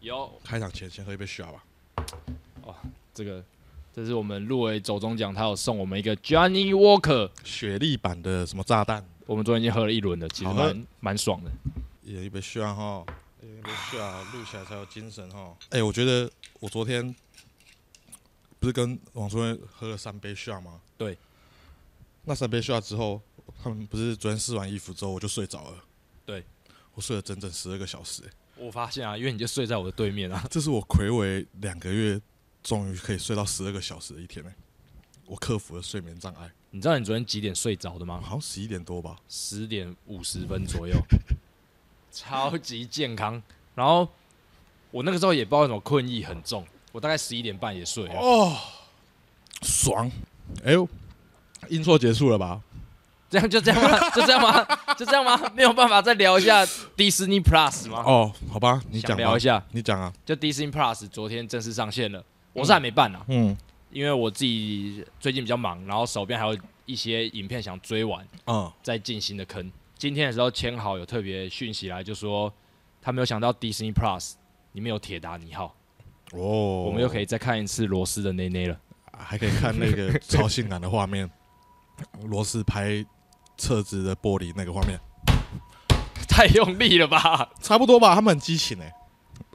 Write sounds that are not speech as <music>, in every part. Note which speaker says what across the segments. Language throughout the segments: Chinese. Speaker 1: 有
Speaker 2: 开场前先喝一杯 s h 吧。
Speaker 1: 这个，这是我们入围走中奖，他有送我们一个 Johnny Walker，
Speaker 2: 雪莉版的什么炸弹，
Speaker 1: 我们昨天已经喝了一轮了，其实
Speaker 2: 好喝
Speaker 1: 蛮蛮爽的。
Speaker 2: 也一杯 s h 哈，一杯 s h 录起来才有精神哈。哎、我觉得我昨天不是跟王春瑞喝了三杯 s h 吗？
Speaker 1: 对。
Speaker 2: 那三杯 s h 之后，他们不是昨天试完衣服之后我就睡着了。
Speaker 1: 对。
Speaker 2: 我睡了整整十二个小时、哎
Speaker 1: 我发现啊，因为你就睡在我的对面啊， <laughs>
Speaker 2: 这是我暌违两个月，终于可以睡到十二个小时的一天呢、哎我克服了睡眠障碍，
Speaker 1: 你知道你昨天几点睡着的吗？
Speaker 2: 好像十一点多吧。
Speaker 1: 十点五十分左 <laughs> 右，超级健康。然后我那个时候也不知道为什么困意很重，我大概十一点半也睡了。
Speaker 2: 哦，爽！哎呦，音错结束了吧？
Speaker 1: 这样就这样吗？ <laughs> 就这样吗？就这样吗？没有办法再聊一下 Disney Plus 吗？
Speaker 2: 哦，好吧，你
Speaker 1: 想
Speaker 2: 讲
Speaker 1: 聊
Speaker 2: 吧
Speaker 1: 一，下，
Speaker 2: 你讲啊。
Speaker 1: 就 Disney Plus 昨天正式上线了，我是还没办啊，
Speaker 2: 嗯
Speaker 1: 因为我自己最近比较忙，然后手边还有一些影片想追完，
Speaker 2: 嗯，
Speaker 1: 再进新的坑。今天的时候，签好有特别讯息来，就说他没有想到 Disney Plus 里面有铁达尼号。
Speaker 2: 哦，
Speaker 1: 我
Speaker 2: 我
Speaker 1: 们又可以再看一次罗斯的内内了。 <laughs>
Speaker 2: 还可以看那个超性感的画面，罗斯拍车子的玻璃那个画面，
Speaker 1: 太用力了吧？
Speaker 2: 差不多吧？他们很激情哎、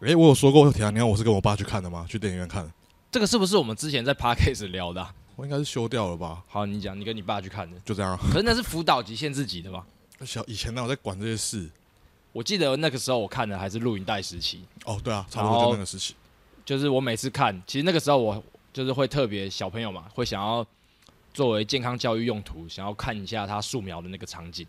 Speaker 2: 哎、我有说过，铁达尼号我是跟我爸去看的吗？去电影院看的，
Speaker 1: 这个是不是我们之前在 podcast 聊的啊、
Speaker 2: 我应该是修掉了吧？
Speaker 1: 好，你讲，你跟你爸去看的，
Speaker 2: 就这样啊。
Speaker 1: 可是那是辅导级限制级的吧？
Speaker 2: 小以前呢，我在管这些事。
Speaker 1: 我记得那个时候我看的还是录影带时期，
Speaker 2: 哦，对啊，差不多就那个时期。
Speaker 1: 就是我每次看，其实那个时候我就是会特别小朋友嘛，会想要作为健康教育用途，想要看一下他素描的那个场景，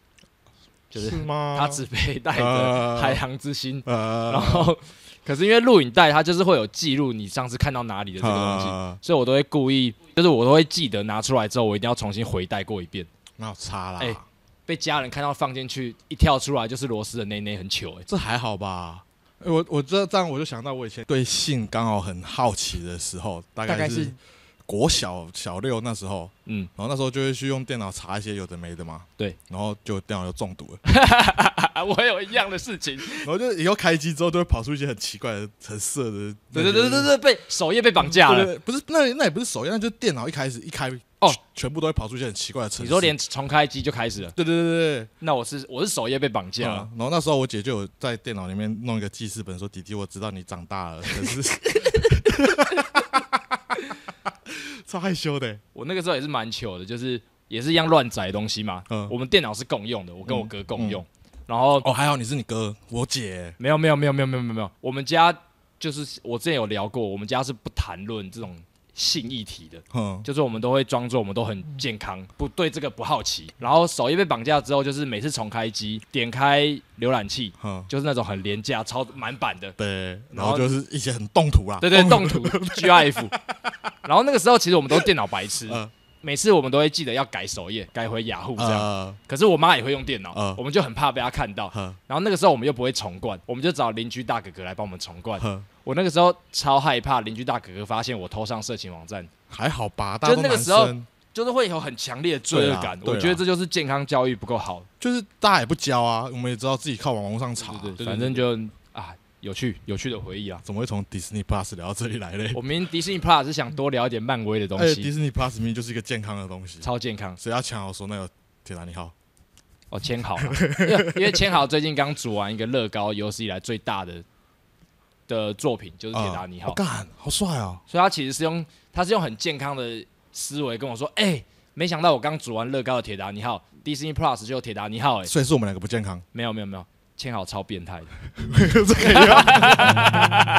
Speaker 1: 就是
Speaker 2: 吗
Speaker 1: 他只佩戴着
Speaker 2: 啊
Speaker 1: 海洋之心，
Speaker 2: 呃，
Speaker 1: 然后可是因为录影带它就是会有记录你上次看到哪里的这个
Speaker 2: <laughs>
Speaker 1: 东西，
Speaker 2: 啊
Speaker 1: 所以我都会故意，就是我都会记得拿出来之后，我一定要重新回带过一遍。
Speaker 2: 那有差啦。
Speaker 1: 哎被家人看到放进去，一跳出来就是罗斯的内内，很糗哎、
Speaker 2: 这还好吧？欸我我这这样我就想到我以前对性刚好很好奇的时候，大
Speaker 1: 大概
Speaker 2: 概
Speaker 1: 是
Speaker 2: 是国小小六那时候，
Speaker 1: 嗯， <laughs>
Speaker 2: 然后那时候就会去用电脑查一些有的没的嘛，
Speaker 1: 对，
Speaker 2: 然后就电脑就中毒了， <laughs>
Speaker 1: 啊，我有一样的事情，
Speaker 2: 然后就以后开机之后都会跑出一些很奇怪的、很色的，
Speaker 1: 对对对对对，被首页被绑架
Speaker 2: 对
Speaker 1: 了。
Speaker 2: 对，不是那那也不是首页，那就是电脑一开始一开
Speaker 1: 哦，
Speaker 2: 全部都会跑出一些很奇怪的程式。
Speaker 1: 你说连重开机就开始了，
Speaker 2: 对对对对
Speaker 1: 那我是我是首页被绑
Speaker 2: 对，
Speaker 1: 架了
Speaker 2: 嗯，然后那时候我姐就有在电脑里面弄一个记事本，说：“弟弟，我知道你长大了，可是 <laughs> 超害羞的欸。”
Speaker 1: 我那个时候也是蛮糗的，就是也是一样乱载东西嘛。
Speaker 2: 嗯
Speaker 1: 我们电脑是共用的，我跟我哥共用，然后
Speaker 2: 哦，还好你是你哥，我姐
Speaker 1: 没有没有没有没有没有没有没有，我们家就是我之前有聊过，我们家是不谈论这种性议题的。
Speaker 2: 嗯，
Speaker 1: 就是我们都会装作我们都很健康，不对这个不好奇。然后首页被绑架之后，就是每次重开机，点开浏览器，
Speaker 2: 嗯，
Speaker 1: 就是那种很廉价、超满版的，
Speaker 2: 对，
Speaker 1: 然
Speaker 2: 然
Speaker 1: 后
Speaker 2: 后就是一些很动图啦，
Speaker 1: 啊对对，动
Speaker 2: <laughs>
Speaker 1: 图 GIF。然后那个时候其实我们都是电脑白痴
Speaker 2: 嗯，
Speaker 1: 每次我们都会记得要改首页，改回雅虎这样。
Speaker 2: 呃
Speaker 1: 可是我妈也会用电脑
Speaker 2: 嗯，
Speaker 1: 我们就很怕被她看到。
Speaker 2: 呵
Speaker 1: 然后那个时候我们又不会重灌，我们就找邻居大哥哥来帮我们重灌。
Speaker 2: 呵，
Speaker 1: 我那个时候超害怕邻居大哥哥发现我偷上色情网站，
Speaker 2: 还好吧，大
Speaker 1: 就
Speaker 2: 家都
Speaker 1: 那个
Speaker 2: 男
Speaker 1: 时候
Speaker 2: 生
Speaker 1: 就是会有很强烈的罪恶感。
Speaker 2: 对啊对啊
Speaker 1: 我觉得这就是健康教育不够好。
Speaker 2: 就是大家也不教啊，我们也知道自己靠网络上查，
Speaker 1: 对，反正就啊，有趣有趣的回忆啊。
Speaker 2: 怎么会从 Disney Plus 聊到这里来嘞？
Speaker 1: 我们迪士尼 Plus 是想多聊一点漫威的东
Speaker 2: 而且
Speaker 1: 西，
Speaker 2: 哎 Disney Plus 明明就是一个健康的东西，
Speaker 1: 超健康
Speaker 2: 谁要抢我说那个铁达尼号？
Speaker 1: 哦。千豪啊，因为因为千豪最近刚组完一个乐高有史以来最大的的作品，就是铁达尼
Speaker 2: 啊
Speaker 1: 号
Speaker 2: 我，干，好帅啊！
Speaker 1: 所以他其实是用他是用很健康的思维跟我说，哎、没想到我刚组完乐高的铁达尼号， Disney Plus 就有铁达尼号哎、
Speaker 2: 所以是我们两个不健康，
Speaker 1: 没有没有没有，千好超变态的。
Speaker 2: 这可以用。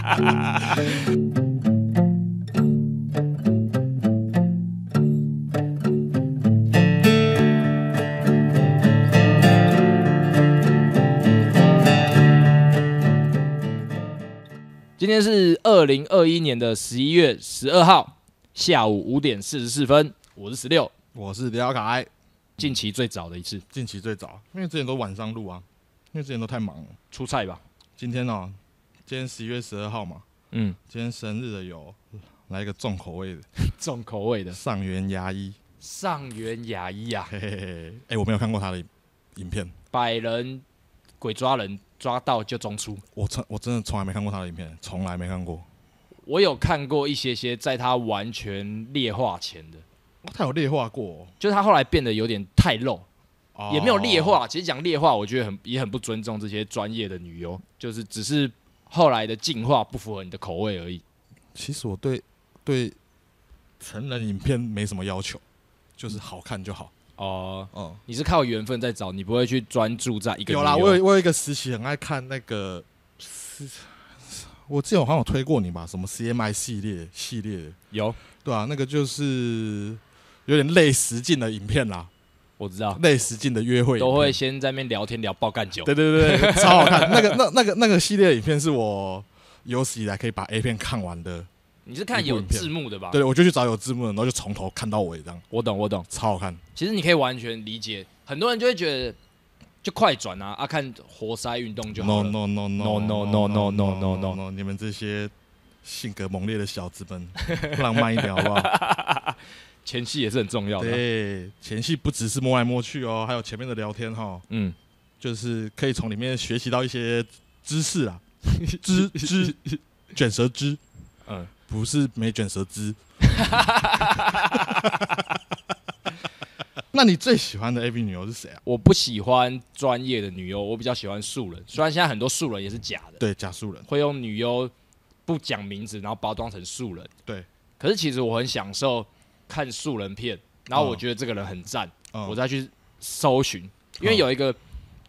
Speaker 1: 今天是二零二一年的十一月十二号下午五点四十四分，我是十六，
Speaker 2: 我是廖凯，
Speaker 1: 近期最早的一次
Speaker 2: 近期最早，因为之前都晚上录啊，因为之前都太忙了。
Speaker 1: 出菜吧。
Speaker 2: 今天哦，今天十一月十二号嘛，
Speaker 1: 嗯，
Speaker 2: 今天生日的有来一个重口味的
Speaker 1: 重口味的
Speaker 2: 上元牙医，
Speaker 1: 上元牙医啊，
Speaker 2: 嘿嘿嘿，哎，我没有看过他的影片，
Speaker 1: 百人鬼抓人，抓到就中出。
Speaker 2: 我从我真的从来没看过他的影片，从来没看过。
Speaker 1: 我有看过一些些，在他完全劣化前的，
Speaker 2: 哇他有劣化过
Speaker 1: 就是他后来变得有点太露，
Speaker 2: 哦，
Speaker 1: 也没有劣化。其实讲劣化，我觉得很也很不尊重这些专业的女优，就是只是后来的进化不符合你的口味而已。
Speaker 2: 其实我对对成人影片没什么要求，就是好看就好。
Speaker 1: 哦、
Speaker 2: 嗯，
Speaker 1: 你是靠缘分在找，你不会去专注在一个
Speaker 2: 有啦，
Speaker 1: 女优
Speaker 2: 我有我有一个实习很爱看那个，我记得我好像有推过你吧，什么 CMI 系列系列的，
Speaker 1: 有，
Speaker 2: 对啊，那个就是有点类实境的影片啦，
Speaker 1: 我知道，
Speaker 2: 类实境的约会影片
Speaker 1: 都会，先在那边聊天聊爆干酒。
Speaker 2: 对对对对，超好看。那个那那个那个系列的影片是我有史以来可以把 A 片看完的，
Speaker 1: 你是看
Speaker 2: 一部
Speaker 1: 有
Speaker 2: 影片
Speaker 1: 字幕的吧？
Speaker 2: 对，我就去找有字幕的，然后就从头看到尾这样，
Speaker 1: 我懂，我懂。
Speaker 2: 超好看。
Speaker 1: 其实你可以完全理解，很多人就会觉得就快转啊，啊看活塞运动就好
Speaker 2: No
Speaker 1: 了。
Speaker 2: no no
Speaker 1: No,
Speaker 2: no
Speaker 1: no, no, no, no, no, no.
Speaker 2: no！你们这些性格猛烈的小资们，浪漫一点好不好？
Speaker 1: 前戏也是很重要的。
Speaker 2: 对，前戏不只是摸来摸去哦，还有前面的聊天哈、
Speaker 1: 嗯，
Speaker 2: 就是可以从里面学习到一些知识
Speaker 1: <laughs>
Speaker 2: 啊，知知卷舌知，
Speaker 1: 嗯，
Speaker 2: 不是没卷舌知。 <laughs> 那你最喜欢的 AV 女优是谁啊？
Speaker 1: 我不喜欢专业的女优，我比较喜欢素人。虽然现在很多素人也是假的，
Speaker 2: 对，假素人，
Speaker 1: 会用女优不讲名字，然后包装成素人。
Speaker 2: 对，
Speaker 1: 可是其实我很享受看素人片，然后我觉得这个人很赞，
Speaker 2: 嗯
Speaker 1: 我再去搜寻，因为
Speaker 2: 嗯
Speaker 1: 有一个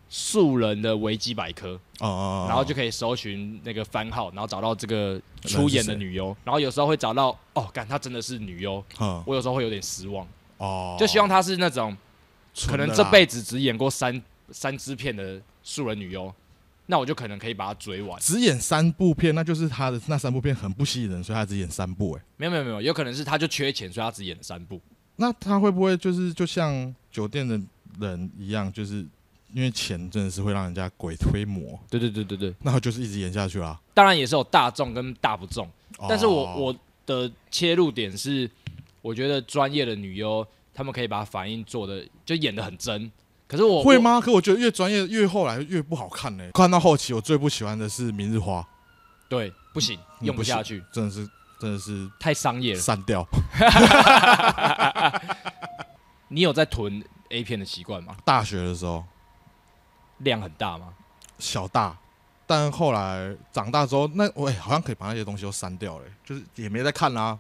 Speaker 1: 素人的维基百科，
Speaker 2: 哦哦，
Speaker 1: 然后就可以搜寻那个番号，然后找到这个出演的女优，然后有时候会找到哦，干她真的是女优，
Speaker 2: 嗯
Speaker 1: 我有时候会有点失望，
Speaker 2: 哦，
Speaker 1: 就希望她是那种可
Speaker 2: 纯的
Speaker 1: 能
Speaker 2: 啦
Speaker 1: 这辈子只演过三三支片的素人女优，那我就可能可以把她追完。
Speaker 2: 哦只演三部片，那就是他的那三部片很不吸引人，所以他只演三部、欸。哎，
Speaker 1: 没有没有没有，有可能是她就缺钱，所以她只演了三部。
Speaker 2: 那他会不会就是就像酒店的人一样，就是因为钱真的是会让人家鬼推磨，
Speaker 1: 对对对对对，
Speaker 2: 那他就是一直演下去啦。
Speaker 1: 当然也是有大众跟大不中，但是我
Speaker 2: 哦
Speaker 1: 我的切入点是，我觉得专业的女优她们可以把反应做的就演的很真，可是我
Speaker 2: 会？吗？可我觉得越专业越后来越不好看欸呢、看到后期，我最不喜欢的是《明日花
Speaker 1: 我对，不行，
Speaker 2: 嗯
Speaker 1: 用不
Speaker 2: 不行
Speaker 1: 下去，》，
Speaker 2: 真的是真的是
Speaker 1: 太商业了。
Speaker 2: 删掉，
Speaker 1: 你有在囤 A 片的习惯吗？
Speaker 2: 大学的时候
Speaker 1: 量很大吗？
Speaker 2: 小大，但后来长大之后，那我、哎好像可以把那些东西都删掉了、欸就是也没在看啦、啊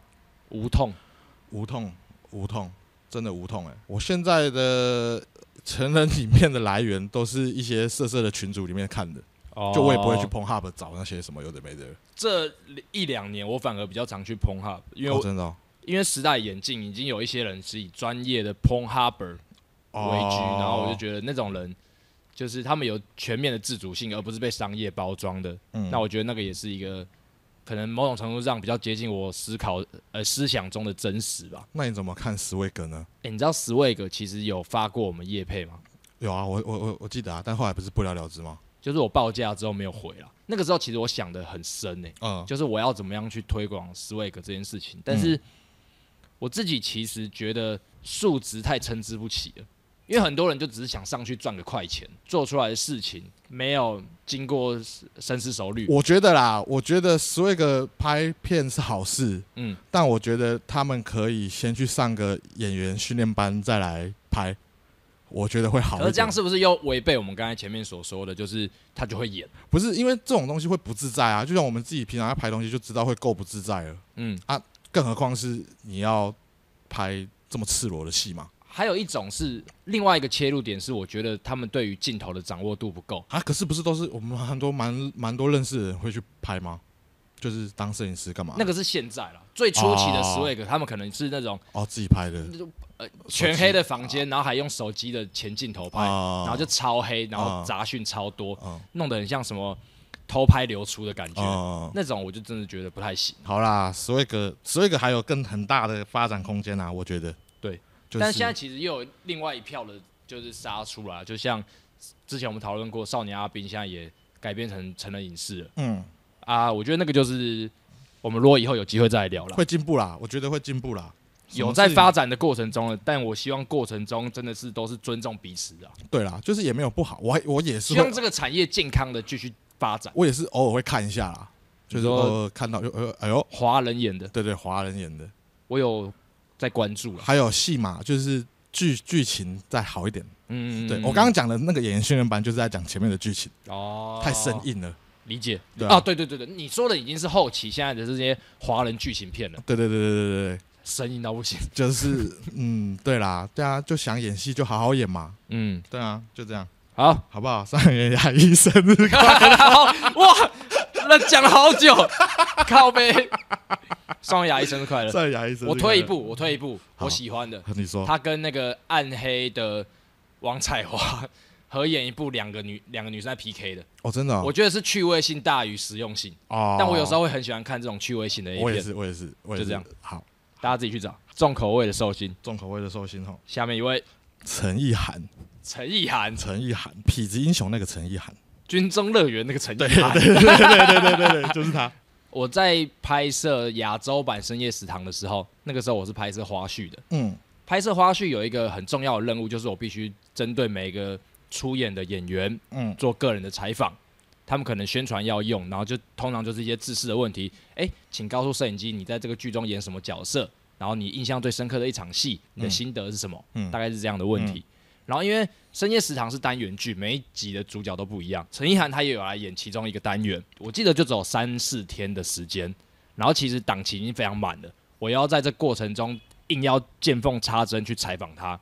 Speaker 1: 无痛
Speaker 2: 无痛，无痛，真的无痛哎、我现在的成人影片的来源都是一些色色的群组里面看的，
Speaker 1: 哦
Speaker 2: 就我也不会去 p o n Hub 找那些什么有的没的。
Speaker 1: 这一两年我反而比较常去 p o n Hub，因为
Speaker 2: 哦
Speaker 1: 我、
Speaker 2: 真的哦，
Speaker 1: 因为时代眼镜已经有一些人是以专业的 p o n Hubber 为居，
Speaker 2: 哦
Speaker 1: 然后我就觉得那种人就是他们有全面的自主性，而不是被商业包装的。
Speaker 2: 嗯
Speaker 1: 那我觉得那个也是一个可能某种程度上比较接近我思考呃思想中的真实吧。
Speaker 2: 那你怎么看十位哥呢？
Speaker 1: 诶你知道 Swag 其实有发过我们叶配吗？
Speaker 2: 有啊，我我我我记得啊，但后来不是不了了之吗？
Speaker 1: 就是我报价之后没有回了，那个时候其实我想的很深呢、
Speaker 2: 嗯，
Speaker 1: 就是我要怎么样去推广 Swag 这件事情。但是我自己其实觉得数值太参差不齐了，因为很多人就只是想上去赚个快钱，做出来的事情没有经过深思熟虑。
Speaker 2: 我觉得啦，我觉得十位哥拍片是好事，
Speaker 1: 嗯，
Speaker 2: 但我觉得他们可以先去上个演员训练班再来拍，我觉得会好一点。
Speaker 1: 可是这样是不是又违背我们刚才前面所说的，就是他就会演？
Speaker 2: 不是因为这种东西会不自在啊？就像我们自己平常在拍东西就知道会够不自在了，
Speaker 1: 嗯，
Speaker 2: 更何况是你要拍这么赤裸的戏嘛？
Speaker 1: 还有一种是另外一个切入点，是我觉得他们对于镜头的掌握度不够。
Speaker 2: 啊，可是不是都是我们很多蛮蛮多认识的人会去拍吗？就是当摄影师干嘛？
Speaker 1: 那个是现在了，最初期的
Speaker 2: 哦
Speaker 1: Swag，、他们可能是那种
Speaker 2: 哦，自己拍的
Speaker 1: 全黑的房间，然后还用手机的前镜头拍，
Speaker 2: 啊，
Speaker 1: 然后就超黑，然后
Speaker 2: 啊
Speaker 1: 杂讯超多，
Speaker 2: 啊
Speaker 1: 弄得很像什么偷拍流出的感觉。
Speaker 2: 哦，
Speaker 1: 那种我就真的觉得不太行。
Speaker 2: 好啦，十位个十位个还有更很大的发展空间啊，我觉得。
Speaker 1: 对，
Speaker 2: 就是、
Speaker 1: 但现在其实又有另外一票的，就是杀出啦，就像之前我们讨论过，少年阿兵现在也改编成成人影视了
Speaker 2: 嗯
Speaker 1: 啊。我觉得那个就是我们如果以后有机会再来聊啦。
Speaker 2: 会进步啦，我觉得会进步啦。
Speaker 1: 有在
Speaker 2: 什么事情
Speaker 1: 发展的过程中了，但我希望过程中真的是都是尊重彼此的啊，
Speaker 2: 对啦，就是也没有不好，我还我也是
Speaker 1: 希望
Speaker 2: 会，
Speaker 1: 这个产业健康的继续发展。
Speaker 2: 我也是偶尔会看一下啦，就是
Speaker 1: 你说
Speaker 2: 偶尔看到就呃哎呦，
Speaker 1: 华人演的，
Speaker 2: 对对，华人演的，
Speaker 1: 我有在关注了。
Speaker 2: 还有戏码就是剧剧情再好一点。
Speaker 1: 嗯，
Speaker 2: 对我刚刚讲的那个演员训练班就是在讲前面的剧情
Speaker 1: 哦，
Speaker 2: 太生硬了。
Speaker 1: 理解。
Speaker 2: 对啊
Speaker 1: 啊，对对对对，你说的已经是后期现在的这些华人剧情片了，
Speaker 2: 对对对对对对对，
Speaker 1: 生硬到不行。
Speaker 2: 就是 <laughs> 嗯，对啦，对啊，就想演戏就好好演嘛，
Speaker 1: 嗯，
Speaker 2: 对啊，就这样，
Speaker 1: 好，
Speaker 2: 好不好？上演牙
Speaker 1: <laughs>
Speaker 2: 医生日快乐
Speaker 1: 好哇， <laughs> 那讲了好久，靠 <laughs> 背。双牙医生日快乐！
Speaker 2: 上演牙医生，
Speaker 1: 我退一，步，我退一步，
Speaker 2: 好
Speaker 1: 我喜欢的，
Speaker 2: 你说
Speaker 1: 他跟那个暗黑的王彩华 <laughs> 合演一部两个女两个女生在 PK 的，
Speaker 2: 哦，真的哦
Speaker 1: 我觉得是趣味性大于实用性，
Speaker 2: 哦，
Speaker 1: 但我有时候会很喜欢看这种趣味性的 A
Speaker 2: 我也
Speaker 1: 片，
Speaker 2: 是，我也是，我也是
Speaker 1: 就这样。
Speaker 2: 好，
Speaker 1: 大家自己去找。重口味的寿星，
Speaker 2: 重口味的寿星吼，
Speaker 1: 下面一位
Speaker 2: 陈意涵，
Speaker 1: 陈意涵，
Speaker 2: 陈意涵，痞子英雄那个陈意涵，
Speaker 1: 军中乐园那个陈意涵。
Speaker 2: 对对对，就是他。
Speaker 1: 我在拍摄亚洲版深夜食堂的时候，那个时候我是拍摄花絮的，
Speaker 2: 嗯，
Speaker 1: 拍摄花絮有一个很重要的任务，就是我必须针对每一个出演的演员，
Speaker 2: 嗯
Speaker 1: 嗯，做个人的采访。他们可能宣传要用，然后就通常就是一些自私的问题。哎，请告诉摄影机你在这个剧中演什么角色，然后你印象最深刻的一场戏，你的心得是什么？
Speaker 2: 嗯
Speaker 1: 大概是这样的问题。然后因为深夜食堂是单元剧，每一集的主角都不一样。陈意涵她也有来演其中一个单元，我记得就只有三四天的时间。然后其实档期已经非常满了，我要在这过程中硬要见缝插针去采访他，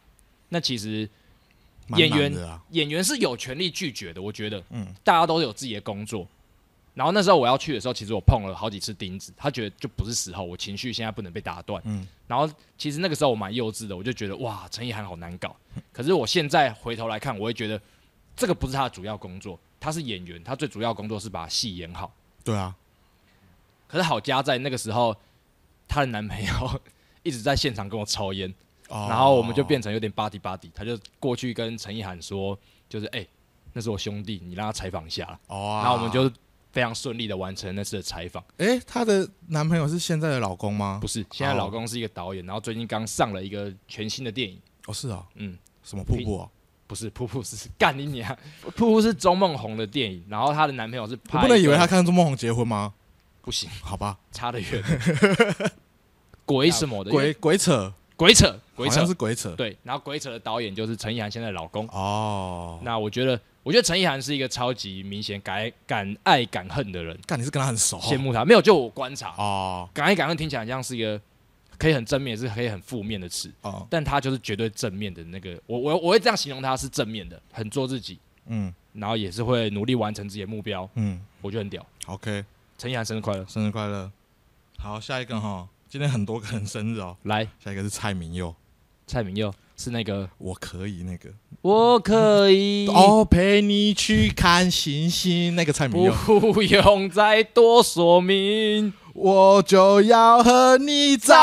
Speaker 1: 那其实
Speaker 2: 蛮
Speaker 1: 演
Speaker 2: 难
Speaker 1: 员
Speaker 2: 的啊，
Speaker 1: 演员是有权利拒绝的，我觉得，
Speaker 2: 嗯
Speaker 1: 嗯，大家都有自己的工作。然后那时候我要去的时候，其实我碰了好几次钉子，他觉得就不是时候，我情绪现在不能被打断，
Speaker 2: 嗯
Speaker 1: 嗯。然后其实那个时候我蛮幼稚的，我就觉得哇，陈意涵好难搞。可是我现在回头来看，我会觉得这个不是他的主要工作，他是演员，他最主要工作是把戏演好。
Speaker 2: 对啊，
Speaker 1: 可是好家在那个时候，她的男朋友 <laughs> 一直在现场跟我抽烟，
Speaker 2: 哦
Speaker 1: 然后我们就变成有点 buddy buddy，他就过去跟陈意涵说，就是哎、那是我兄弟，你让他采访一下啦。
Speaker 2: 哦啊，
Speaker 1: 然后我们就非常顺利的完成那次的采访。
Speaker 2: 哎，她的男朋友是现在的老公吗
Speaker 1: 不？是，现在老公是一个导演，然后最近刚上了一个全新的电影，
Speaker 2: 哦，是啊，
Speaker 1: 嗯，
Speaker 2: 什么瀑布哦？
Speaker 1: 不是《瀑布》是干你娘，《瀑布》是周梦红的电影，然后她的男朋友是
Speaker 2: 我
Speaker 1: 拍
Speaker 2: 不能以为
Speaker 1: 一个
Speaker 2: 她看钟梦红结婚吗？
Speaker 1: 不行，
Speaker 2: 好吧，
Speaker 1: 差得
Speaker 2: <laughs>
Speaker 1: 远。鬼什么的
Speaker 2: 鬼鬼扯，
Speaker 1: 鬼扯鬼
Speaker 2: 好
Speaker 1: 扯
Speaker 2: 像是鬼扯。
Speaker 1: 对，然后《鬼扯》的导演就是陈意涵现在的老公。
Speaker 2: 哦，
Speaker 1: 那我觉得，我觉得陈意涵是一个超级明显敢敢爱敢恨的人，
Speaker 2: 干你是跟他很熟哦
Speaker 1: 羡慕他。没有，就我观察，
Speaker 2: 哦
Speaker 1: 敢爱敢恨听起来像是一个可以很正面，也是可以很负面的词，
Speaker 2: 哦，
Speaker 1: 但他就是绝对正面的那个。我我我会这样形容他是正面的，很做自己，
Speaker 2: 嗯
Speaker 1: 然后也是会努力完成自己的目标，
Speaker 2: 嗯
Speaker 1: 我觉得很屌。
Speaker 2: ，OK，
Speaker 1: 陈意涵生日快乐！
Speaker 2: 生日快乐。好，下一个哈，今天很多个人生日哦。
Speaker 1: 来，
Speaker 2: 下一个是蔡明佑，
Speaker 1: 蔡明佑是那个
Speaker 2: 我可以那个
Speaker 1: 我可以。
Speaker 2: 哦，陪你去看星星，那个蔡明佑，
Speaker 1: <laughs> 不用再多说明，
Speaker 2: 我就要和你在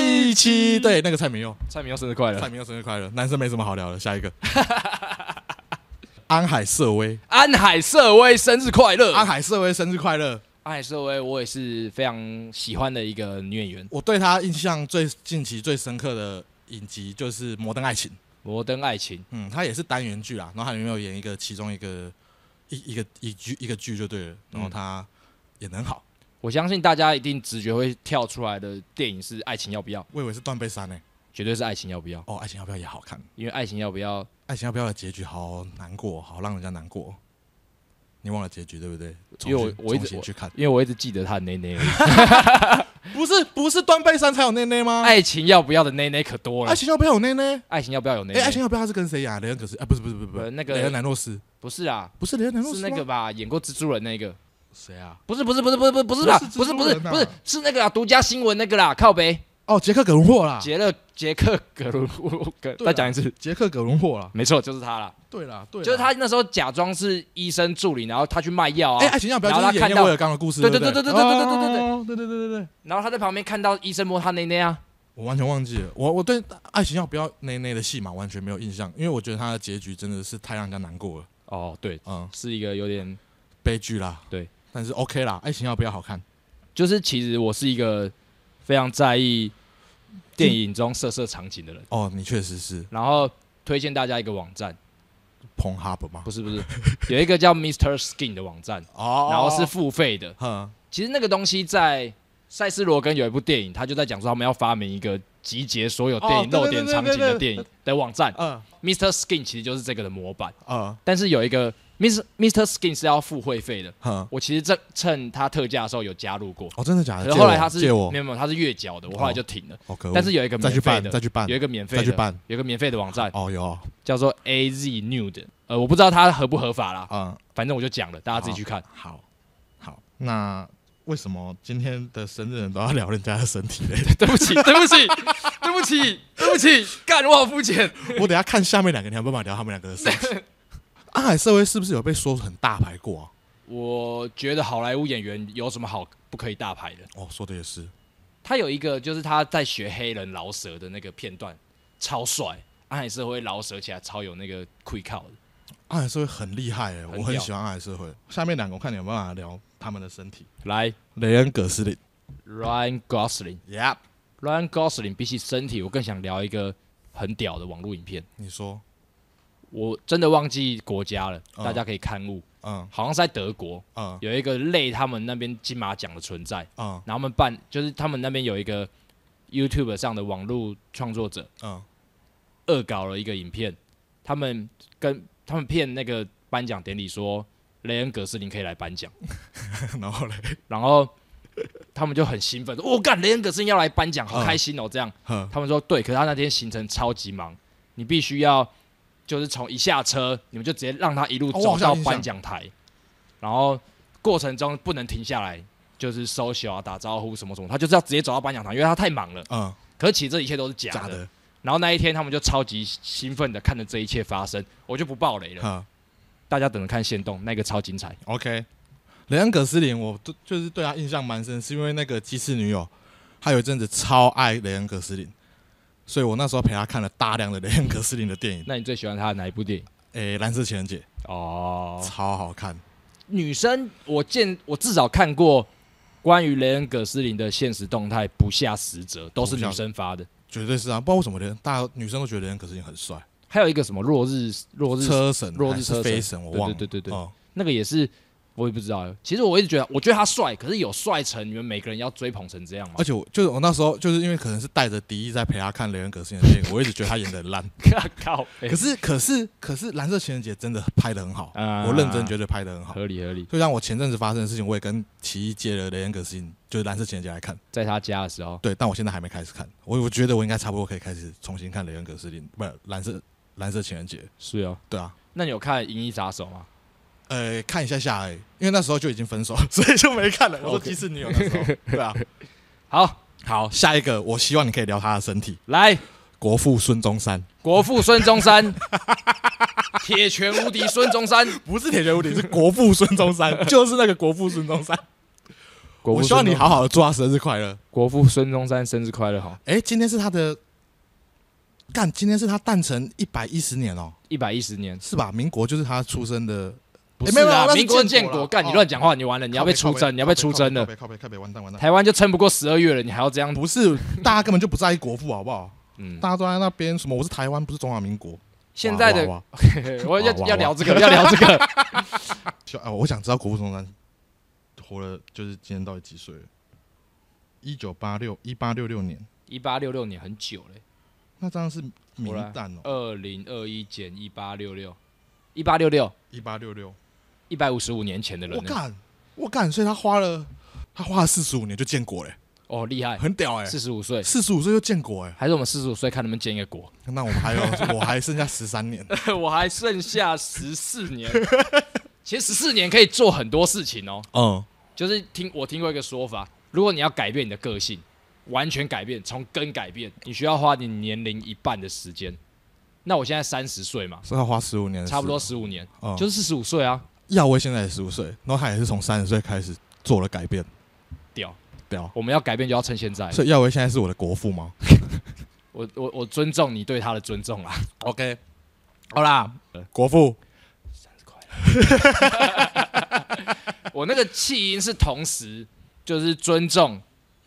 Speaker 2: 一起。对，那个蔡明佑，
Speaker 1: 蔡明佑生日快乐！
Speaker 2: 蔡明佑生日快乐。男生没什么好聊的，下一 <laughs> 个。安海瑟薇，
Speaker 1: 安海瑟薇生日快乐！
Speaker 2: 安海瑟薇生日快乐！
Speaker 1: 安海瑟薇，我也是非常喜欢的一个女演员，《
Speaker 2: 我对她印象最近期最深刻的影集就是《摩登爱情》。
Speaker 1: 摩登爱情》。
Speaker 2: 嗯，他也是单元剧啦，然后他里面有演一个其中一个一一个一剧一个剧就对了，然后他演得很好，
Speaker 1: 我相信大家一定直觉会跳出来的电影是《爱情要不要》，
Speaker 2: 我以为是断背山呢、
Speaker 1: 绝对是《爱情要不要》，
Speaker 2: 哦，爱情要不要也好看，哎
Speaker 1: 因为《爱情要不要》
Speaker 2: 爱情要不要的结局好难过，好让人家难过。你忘了结局对不对？
Speaker 1: 因为我
Speaker 2: 重新
Speaker 1: 我一直
Speaker 2: 重新去看，
Speaker 1: 因为我一直记得他的内 <laughs> 内而已，
Speaker 2: 不是不是端杯山才有内内吗？
Speaker 1: 爱情要不要的内内可多了
Speaker 2: 爱，情要不要有内内？
Speaker 1: 啊爱情要不要有内
Speaker 2: 哎，爱情
Speaker 1: 内？
Speaker 2: 要不要他是跟谁呀？雷恩可是啊，不是不是不是不
Speaker 1: 呃
Speaker 2: 是
Speaker 1: 那个
Speaker 2: 雷恩兰诺斯，
Speaker 1: 不是啊，
Speaker 2: 不是雷恩兰诺斯
Speaker 1: 是那
Speaker 2: 吗
Speaker 1: 个吧？演过蜘蛛人那个？
Speaker 2: 谁啊？
Speaker 1: 不是不是不是不是不是不是啦，不
Speaker 2: 不
Speaker 1: 是
Speaker 2: 是
Speaker 1: 不
Speaker 2: 不
Speaker 1: 是
Speaker 2: 是
Speaker 1: 不是是那个啊，独家新闻那个啦，靠背
Speaker 2: 哦，杰克葛伦霍啦，
Speaker 1: 杰勒杰克格鲁乌格，
Speaker 2: 对
Speaker 1: 再
Speaker 2: 啦
Speaker 1: 讲一次，
Speaker 2: 杰克葛伦霍啦，
Speaker 1: 没错，就是他啦，
Speaker 2: 对啦，对啦，
Speaker 1: 就是他那时候假装是医生助理，然后他去卖药
Speaker 2: 哎，
Speaker 1: 啊
Speaker 2: 爱，情要不要
Speaker 1: 然后
Speaker 2: 就
Speaker 1: 他
Speaker 2: 是演
Speaker 1: 看到
Speaker 2: 叶威尔刚的故事？
Speaker 1: 对
Speaker 2: 对
Speaker 1: 对
Speaker 2: 不
Speaker 1: 对对对对对对对
Speaker 2: 哦对对对对对，
Speaker 1: 然后他在旁边看到医生摸他内内啊，
Speaker 2: 我完全忘记了，我我对爱情要不要内内的戏码完全没有印象，因为我觉得他的结局真的是太让人家难过了，
Speaker 1: 哦对，
Speaker 2: 嗯，
Speaker 1: 是一个有点，
Speaker 2: 悲剧啦，
Speaker 1: 对，
Speaker 2: 但是 OK 啦，爱情要不要好看？
Speaker 1: 就是其实我是一个非常在意电影中色色场景的人，
Speaker 2: 哦，你确实是
Speaker 1: 然后推荐大家一个网站，
Speaker 2: 彭哈本吗
Speaker 1: 不？是不
Speaker 2: <laughs>
Speaker 1: 是，有一个叫 Mr Skin 的网站，
Speaker 2: 哦
Speaker 1: 然后是，付费的。
Speaker 2: 哼，
Speaker 1: 其实那个东西在塞斯罗根有一部电影，他就在讲说他们要发明一个集结所有电影
Speaker 2: 哦对
Speaker 1: 露点场景的
Speaker 2: 对对对对
Speaker 1: 电影的网站。
Speaker 2: 嗯
Speaker 1: Mr. Skin 其实就是这个的模板，
Speaker 2: 嗯
Speaker 1: 但是有一个 Mr. Mr. Skin 是要付会费的。
Speaker 2: 哼，
Speaker 1: 我其实这趁它特价的时候有加入过，
Speaker 2: 哦，真的假
Speaker 1: 可
Speaker 2: 的？
Speaker 1: 是
Speaker 2: 借
Speaker 1: 后来
Speaker 2: 我
Speaker 1: 它是没
Speaker 2: 借
Speaker 1: 有
Speaker 2: 我
Speaker 1: 没，有它是月缴的，我后来就停了。
Speaker 2: 哦，可恶
Speaker 1: 但是有一个
Speaker 2: 再
Speaker 1: 免
Speaker 2: 去
Speaker 1: 费
Speaker 2: 办，
Speaker 1: 的
Speaker 2: 再，去办
Speaker 1: 有，一个免费
Speaker 2: 再去
Speaker 1: 的，
Speaker 2: 办，
Speaker 1: 有一个免费的网站
Speaker 2: 哦有哦，
Speaker 1: 叫做 A Z Nude，呃，我不知道它合不合法啦，
Speaker 2: 嗯，
Speaker 1: 反正我就讲了，大家自己去看。 <laughs>
Speaker 2: 好，好，那为什么今天的生日人都要聊人家的身体
Speaker 1: <laughs>
Speaker 2: 嘞？
Speaker 1: 对不起，对不起，对不起，对不起，干我好肤浅。
Speaker 2: 我等一下看下面两个，你有没有办法聊他们两个的身
Speaker 1: <laughs>
Speaker 2: 体？安海社会是不是有被说很大牌过啊？
Speaker 1: 我觉得好莱坞演员有什么好不可以大牌的？
Speaker 2: 哦，说的也是，
Speaker 1: 他有一个就是他在学黑人饶舌的那个片段，超帅，安海社会饶舌起来超有那个 quick 靠的。
Speaker 2: 安海社会很厉害哎，
Speaker 1: 很
Speaker 2: 我很
Speaker 1: 屌
Speaker 2: 喜欢安海社会。下面两个我看你有没有办法聊他们的身体。
Speaker 1: 来
Speaker 2: 雷恩·葛斯林
Speaker 1: ，Ryan Gosling，Ryan
Speaker 2: ，Yep，
Speaker 1: Gosling 比起身体，我更想聊一个很屌的网络影片，
Speaker 2: 你说，
Speaker 1: 我真的忘记国家了，
Speaker 2: 嗯
Speaker 1: 大家可以看物，
Speaker 2: 嗯
Speaker 1: 好像是在德国
Speaker 2: 嗯
Speaker 1: 有一个类他们那边金马奖的存在。
Speaker 2: 嗯
Speaker 1: 然后他们办，就是他们那边有一个 YouTube 上的网络创作者
Speaker 2: 嗯， <laughs>
Speaker 1: 恶搞了一个影片，他们跟他们骗那个颁奖典礼说雷恩·葛斯林可以来颁奖，
Speaker 2: 然后嘞， <laughs>
Speaker 1: 然后他们就很兴奋，说我干、雷恩·葛斯林要来颁奖，好开
Speaker 2: 嗯
Speaker 1: 心哦！这样
Speaker 2: 哼
Speaker 1: 他们说对，可是他那天行程超级忙，你必须要就是从一下车，你们就直接让他一路
Speaker 2: 哦我
Speaker 1: 走
Speaker 2: 好
Speaker 1: 到
Speaker 2: 像有印象
Speaker 1: 颁奖台，然后过程中不能停下来。就是收 l 啊，打招呼什么什么，他就是要直接走到颁奖台，因为他太忙了。
Speaker 2: 嗯，
Speaker 1: 可是其实这一切都是假的。
Speaker 2: 假的，
Speaker 1: 然后那一天他们就超级兴奋的看着这一切发生，我就不爆雷了，
Speaker 2: 哈
Speaker 1: 大家等着看线动，那个超精彩。
Speaker 2: 嗯，OK。雷恩·葛斯林，我就就是对他印象蛮深，是因为那个鸡翅女友，她有一阵子超爱雷恩·葛斯林，所以我那时候陪她看了大量的雷恩·葛斯林的电影，
Speaker 1: 那你最喜欢他的哪一部电影？
Speaker 2: 诶，《蓝色情人节
Speaker 1: 哦》，
Speaker 2: 超好看。
Speaker 1: 女生，我见我至少看过关于雷恩·葛斯林的现实动态不下十则，都是女生发的。
Speaker 2: 绝对是啊，不知道为什么连大家女生都觉得连可斯林很帅，
Speaker 1: 还有一个什么落日落日
Speaker 2: 车神
Speaker 1: 落日
Speaker 2: 还
Speaker 1: 车神
Speaker 2: 是飞神，我忘了，
Speaker 1: 对对对对对
Speaker 2: 哦
Speaker 1: 那个也是，我也不知道。其实我一直觉得，我觉得他帅，可是有帅成你们每个人要追捧成这样吗
Speaker 2: 而？且我就是我那时候就是因为可能是带着敌意在陪他看雷恩·葛斯林的电影，我一直觉得他演的很烂。
Speaker 1: <laughs> 靠北，
Speaker 2: 哦可是可是可是《蓝色情人节》真的拍的很好，
Speaker 1: 啊
Speaker 2: 我认真觉得拍的很好。
Speaker 1: 欸合理合理，
Speaker 2: 就像我前阵子发生的事情，我也跟奇艺借了雷恩·葛斯林，就是《蓝色情人节》来看。
Speaker 1: 在他家的时候，
Speaker 2: 对，但我现在还没开始看，我我觉得我应该差不多可以开始重新看雷恩·葛斯林，不是《蓝色蓝色情人节》。
Speaker 1: 是哦。
Speaker 2: 对啊，
Speaker 1: 那你有看《银翼杀手》吗？
Speaker 2: 呃，看一下下而已，因为那时候就已经分手， <laughs> 所以就没看了。我说
Speaker 1: OK
Speaker 2: 即使你有那时候，对啊。
Speaker 1: 好，
Speaker 2: <laughs> 好，下一个，我希望你可以聊他的身体。
Speaker 1: 来，
Speaker 2: 国父孙中山
Speaker 1: 国父孙中山，铁拳无敌孙中山。
Speaker 2: 不是铁拳无敌，是国父孙中山， <laughs> 就是那个国父孙中山。我希望你，好好的祝他生日快乐。
Speaker 1: 国父孙中山生日快乐哈！
Speaker 2: 哎，今天是他的，干，今天是他诞辰一百一十年哦，
Speaker 1: 一百一十年，
Speaker 2: 是吧？民国就是他出生的，
Speaker 1: 不
Speaker 2: 诶
Speaker 1: 是
Speaker 2: 没有没有
Speaker 1: 啊，
Speaker 2: 那是
Speaker 1: 民国建
Speaker 2: 建国
Speaker 1: 国，
Speaker 2: 啦
Speaker 1: 干你
Speaker 2: 哦
Speaker 1: 乱讲话，你完了，你要被出
Speaker 2: 靠
Speaker 1: 征，你要被出征
Speaker 2: 靠
Speaker 1: 了。
Speaker 2: 北靠北靠北，完蛋完蛋。
Speaker 1: 台湾就撑不过十二月了，你还要这样？
Speaker 2: 不是，大家根本就不在意国父，好不好？
Speaker 1: 嗯，
Speaker 2: 大家都在那边什么，我是台湾，不是中华民国。
Speaker 1: 现在
Speaker 2: 哇哇
Speaker 1: 的
Speaker 2: 哇
Speaker 1: <laughs> 我要
Speaker 2: 哇哇
Speaker 1: 要聊
Speaker 2: <laughs>
Speaker 1: 这个，要聊这个。
Speaker 2: 就啊，我想知道国父中山活了，就是今年到底几岁了？一九八六一八六六年，
Speaker 1: 一八六六年很久嘞，
Speaker 2: 那当然是
Speaker 1: 我来
Speaker 2: 明旦哦，
Speaker 1: 二零二一减一八六六，一八六六
Speaker 2: 一八六六
Speaker 1: 一百五十五年前的人
Speaker 2: 我
Speaker 1: 了，
Speaker 2: 干，我干，所以他花了他花了四十五年就建国嘞、
Speaker 1: 哦，厉害，
Speaker 2: 很屌哎、
Speaker 1: 四十五岁，
Speaker 2: 四十五岁就建国哎、
Speaker 1: 还是我们四十五岁看能不能建一个国？
Speaker 2: 那我们还有 <laughs> 我还剩下十三年，
Speaker 1: <laughs> 我还剩下十四年，
Speaker 2: <laughs>
Speaker 1: 其实十四年可以做很多事情哦。
Speaker 2: 嗯，
Speaker 1: 就是听我听过一个说法，如果你要改变你的个性，完全改变，从根改变，你需要花你年龄一半的时间。那我现在三十岁嘛，
Speaker 2: 所以他花十五年的时间，
Speaker 1: 差不多十五年，
Speaker 2: 嗯，
Speaker 1: 就是是四十五岁啊，
Speaker 2: 耀威现在也十五岁，然后他也是从三十岁开始做了改变，
Speaker 1: 屌！
Speaker 2: 屌，
Speaker 1: 我们要改变就要趁现在。
Speaker 2: 所以耀威现在是我的国父吗
Speaker 1: 我我我尊重你对他的尊重啊。
Speaker 2: ？OK，
Speaker 1: 好啦，
Speaker 2: 国父，
Speaker 1: 我那个气音是同时就是尊重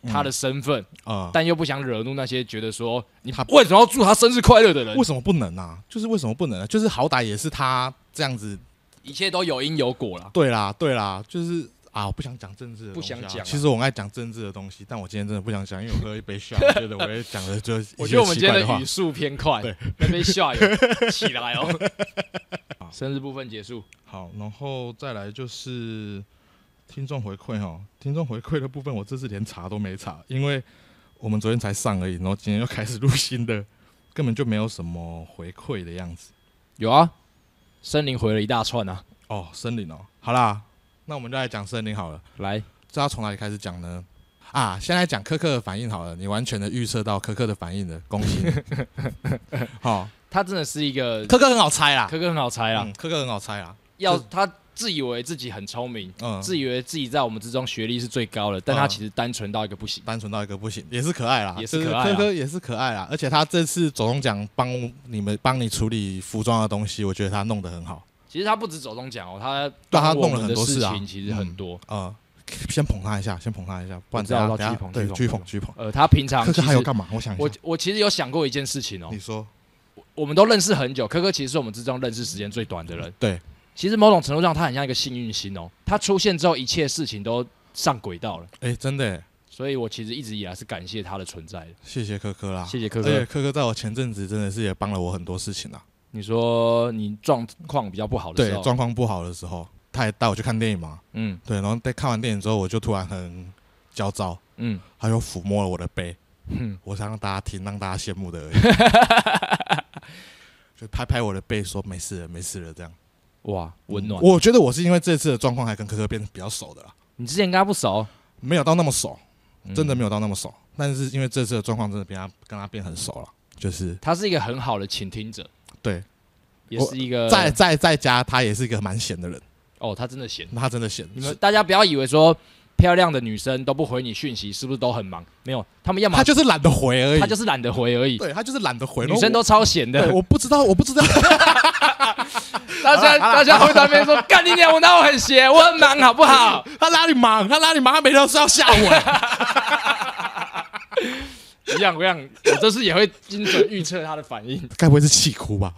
Speaker 1: 他
Speaker 2: 嗯
Speaker 1: 的身份，
Speaker 2: 呃，
Speaker 1: 但又不想惹怒那些觉得说你
Speaker 2: 他
Speaker 1: 为什么要祝他生日快乐的人
Speaker 2: 为。什么不能啊？就是为什么不能啊？就是好歹也是他这样子，
Speaker 1: 一切都有因有果啦。
Speaker 2: 对啦，对啦，就是。啊，我不想讲政治的东西啊、
Speaker 1: 不想讲啊
Speaker 2: 其实我很爱讲政治的东西，但我今天真的不想讲，因为我喝一杯 shot，觉得我也讲的就是一
Speaker 1: 我
Speaker 2: 些
Speaker 1: 觉得我们
Speaker 2: 奇
Speaker 1: 今天
Speaker 2: 怪的话
Speaker 1: 的语速偏快
Speaker 2: 对，
Speaker 1: 那杯下有起来
Speaker 2: <laughs>
Speaker 1: 哦。生日部分结束，
Speaker 2: 好，然后再来就是听众回馈哦，听众回馈的部分我这次连查都没查，因为我们昨天才上而已，然后今天又开始录新的，根本就没有什么回馈的样子。
Speaker 1: 有啊，森林回了一大串啊。
Speaker 2: 哦，森林哦，好啦，那我们就来讲森林好了。
Speaker 1: 来，
Speaker 2: 这要从哪里开始讲呢？啊，先来讲科克的反应好了，你完全的预测到科克的反应了，恭喜你。
Speaker 1: <laughs>
Speaker 2: 好、
Speaker 1: 他真的是一
Speaker 2: <laughs>
Speaker 1: 个
Speaker 2: 科克很好猜啦，
Speaker 1: 科科很好猜啦
Speaker 2: 嗯，，科克很好猜啦，
Speaker 1: 要
Speaker 2: 这
Speaker 1: 他自以为自己很聪明。
Speaker 2: 嗯，
Speaker 1: 自以为自己在我们之中学历是最高的，但他
Speaker 2: 嗯
Speaker 1: 其实单纯到一个不行。
Speaker 2: 单纯到一个不行，也是可爱啦，
Speaker 1: 也是可爱啊
Speaker 2: 就是科科也是可爱啦。而且他这次总统奖帮你们帮你处理服装的东西，我觉得他弄得很好。
Speaker 1: 其实他不止走中奖哦，他
Speaker 2: 对他
Speaker 1: 帮我
Speaker 2: 弄
Speaker 1: 们
Speaker 2: 了很
Speaker 1: 的
Speaker 2: 多
Speaker 1: 事
Speaker 2: 事啊
Speaker 1: 情，其实很多。
Speaker 2: 呃，先捧他一下，先捧他一下，不然
Speaker 1: 我知道
Speaker 2: 等下
Speaker 1: 我知
Speaker 2: 等
Speaker 1: 道
Speaker 2: 下对，
Speaker 1: 巨
Speaker 2: 巨
Speaker 1: 捧
Speaker 2: 捧巨捧。
Speaker 1: 呃，他平常
Speaker 2: 科
Speaker 1: 其
Speaker 2: 科还有
Speaker 1: 实
Speaker 2: 干嘛？我想一
Speaker 1: 我
Speaker 2: 下，
Speaker 1: 我其实有想过一件事情哦
Speaker 2: 你，说
Speaker 1: 我们都认识很久，科科其实是我们之中认识时间最短的人。
Speaker 2: 对，
Speaker 1: 其实某种程度上，他很像一个幸运星哦。他出现之后，一切事情都上轨道了，
Speaker 2: 哎，真的耶，
Speaker 1: 所以我其实一直以来是感谢他的存在的。
Speaker 2: 谢谢科科啦，
Speaker 1: 谢谢科
Speaker 2: 而
Speaker 1: 科
Speaker 2: 且科科在我前阵子真的是也帮了我很多事情啦。啊
Speaker 1: 你说你状况比较不好的哦
Speaker 2: 对
Speaker 1: 时，候，
Speaker 2: 状况不好的时候，他也带我去看电影嘛。
Speaker 1: 嗯
Speaker 2: 对，然后在看完电影之后，我就突然很焦躁，
Speaker 1: 嗯
Speaker 2: 他就抚摸了我的背。
Speaker 1: 嗯，
Speaker 2: 我想让大家听，让大家羡慕的而已。
Speaker 1: <laughs>
Speaker 2: 就拍拍我的背，说没事了，没事了，这样
Speaker 1: 哇，温暖。
Speaker 2: 我觉得我是因为这次的状况，还跟科科变得比较熟的啦，
Speaker 1: 你之前跟他不熟，
Speaker 2: 没有到那么熟，
Speaker 1: 嗯
Speaker 2: 真的没有到那么熟。但是因为这次的状况，真的变他跟他变很熟了，就是
Speaker 1: 他是一个很好的倾听者，
Speaker 2: 对，
Speaker 1: 也是一个
Speaker 2: 在在在家，他也是一个蛮闲的人，
Speaker 1: 哦，他真的闲。
Speaker 2: 他真的闲。
Speaker 1: 你们大家不要以为说漂亮的女生都不回你讯息，是不是都很忙？没有，他们要么
Speaker 2: 他就是懒得回而已，
Speaker 1: 他就是懒得回而已。
Speaker 2: 对他就是懒得回。
Speaker 1: 女生都超闲的 <laughs>
Speaker 2: 然后我。对，我不知道，我不知道， <laughs>
Speaker 1: 大家大家会在那边说：“干你娘！我哪有很闲？我很忙，好不好
Speaker 2: 他拉你忙，他拉你忙，他每天都是要啊吓我。？”
Speaker 1: 一样一样，我这次也会精准预测他的反应。
Speaker 2: <laughs> 该不会是气哭吧？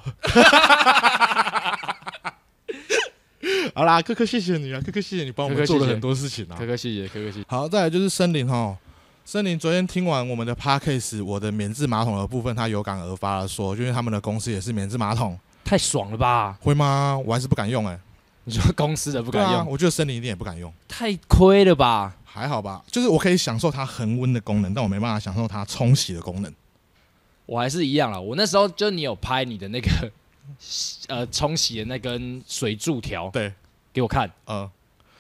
Speaker 2: <laughs> 好啦，科科谢谢你啊，科科谢谢你帮我们
Speaker 1: 科科谢
Speaker 2: 做
Speaker 1: 谢
Speaker 2: 了很多事情啊
Speaker 1: <laughs> 可。可谢谢，可可谢谢。
Speaker 2: 好，再来就是森林哈，森林昨天听完我们的 podcast，我的免治马桶的部分，他有感而发的说，因为他们的公司也是免治马桶，
Speaker 1: 太爽了吧！
Speaker 2: 会吗？我还是不敢用哎、欸，
Speaker 1: 你说公司的不
Speaker 2: 不
Speaker 1: 敢
Speaker 2: 啊，
Speaker 1: 用，
Speaker 2: 我觉得森林一定也不敢用，
Speaker 1: 太亏了吧？
Speaker 2: 还好吧，就是我可以享受它恒温的功能，但我没办法享受它冲洗的功能。
Speaker 1: 我还是一样啦。我那时候就你有拍你的那个 <laughs> 呃冲洗的那根水柱条
Speaker 2: 对，
Speaker 1: 给我看，
Speaker 2: 呃，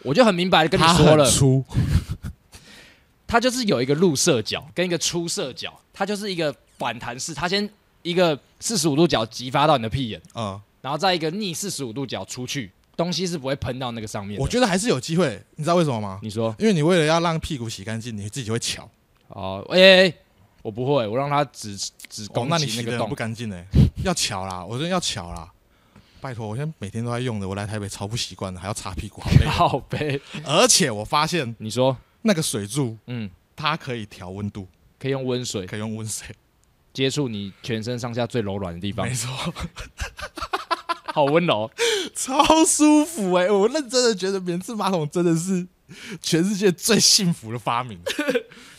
Speaker 1: 我就很明白的跟你
Speaker 2: 它
Speaker 1: 说了
Speaker 2: 很，粗，
Speaker 1: 它就是有一个入射角跟一个出射角，它就是一个反弹式，它先一个四十五度角急发到你的屁眼。
Speaker 2: 呃，
Speaker 1: 然后再一个逆四十五度角出去，东西是不会喷到那个上面的。
Speaker 2: 我觉得还是有机会，你知道为什么吗？
Speaker 1: 你说
Speaker 2: 因为你为了要让屁股洗干净，你自己会翘。
Speaker 1: 哦，哎、欸我不会，我让它只只
Speaker 2: 哦
Speaker 1: 攻，
Speaker 2: 那你
Speaker 1: 击
Speaker 2: 洗
Speaker 1: 那个
Speaker 2: 的很
Speaker 1: 洞
Speaker 2: 不。干净哎，要巧啦，我觉得要巧啦。拜托，我现在每天都在用的，我来台北超不习惯的，还要擦屁股，好
Speaker 1: <laughs>
Speaker 2: 累。
Speaker 1: 好呗，
Speaker 2: 而且我发现
Speaker 1: 你说，
Speaker 2: 那个水柱
Speaker 1: 嗯，
Speaker 2: 它可以调温度，
Speaker 1: 可以用温水
Speaker 2: 可以用温水，
Speaker 1: 接触你全身上下最柔软的地方
Speaker 2: 没，错，
Speaker 1: 好温柔。哦
Speaker 2: 超舒服哎、我认真的觉得免治马桶真的是全世界最幸福的发
Speaker 1: <laughs>
Speaker 2: 明，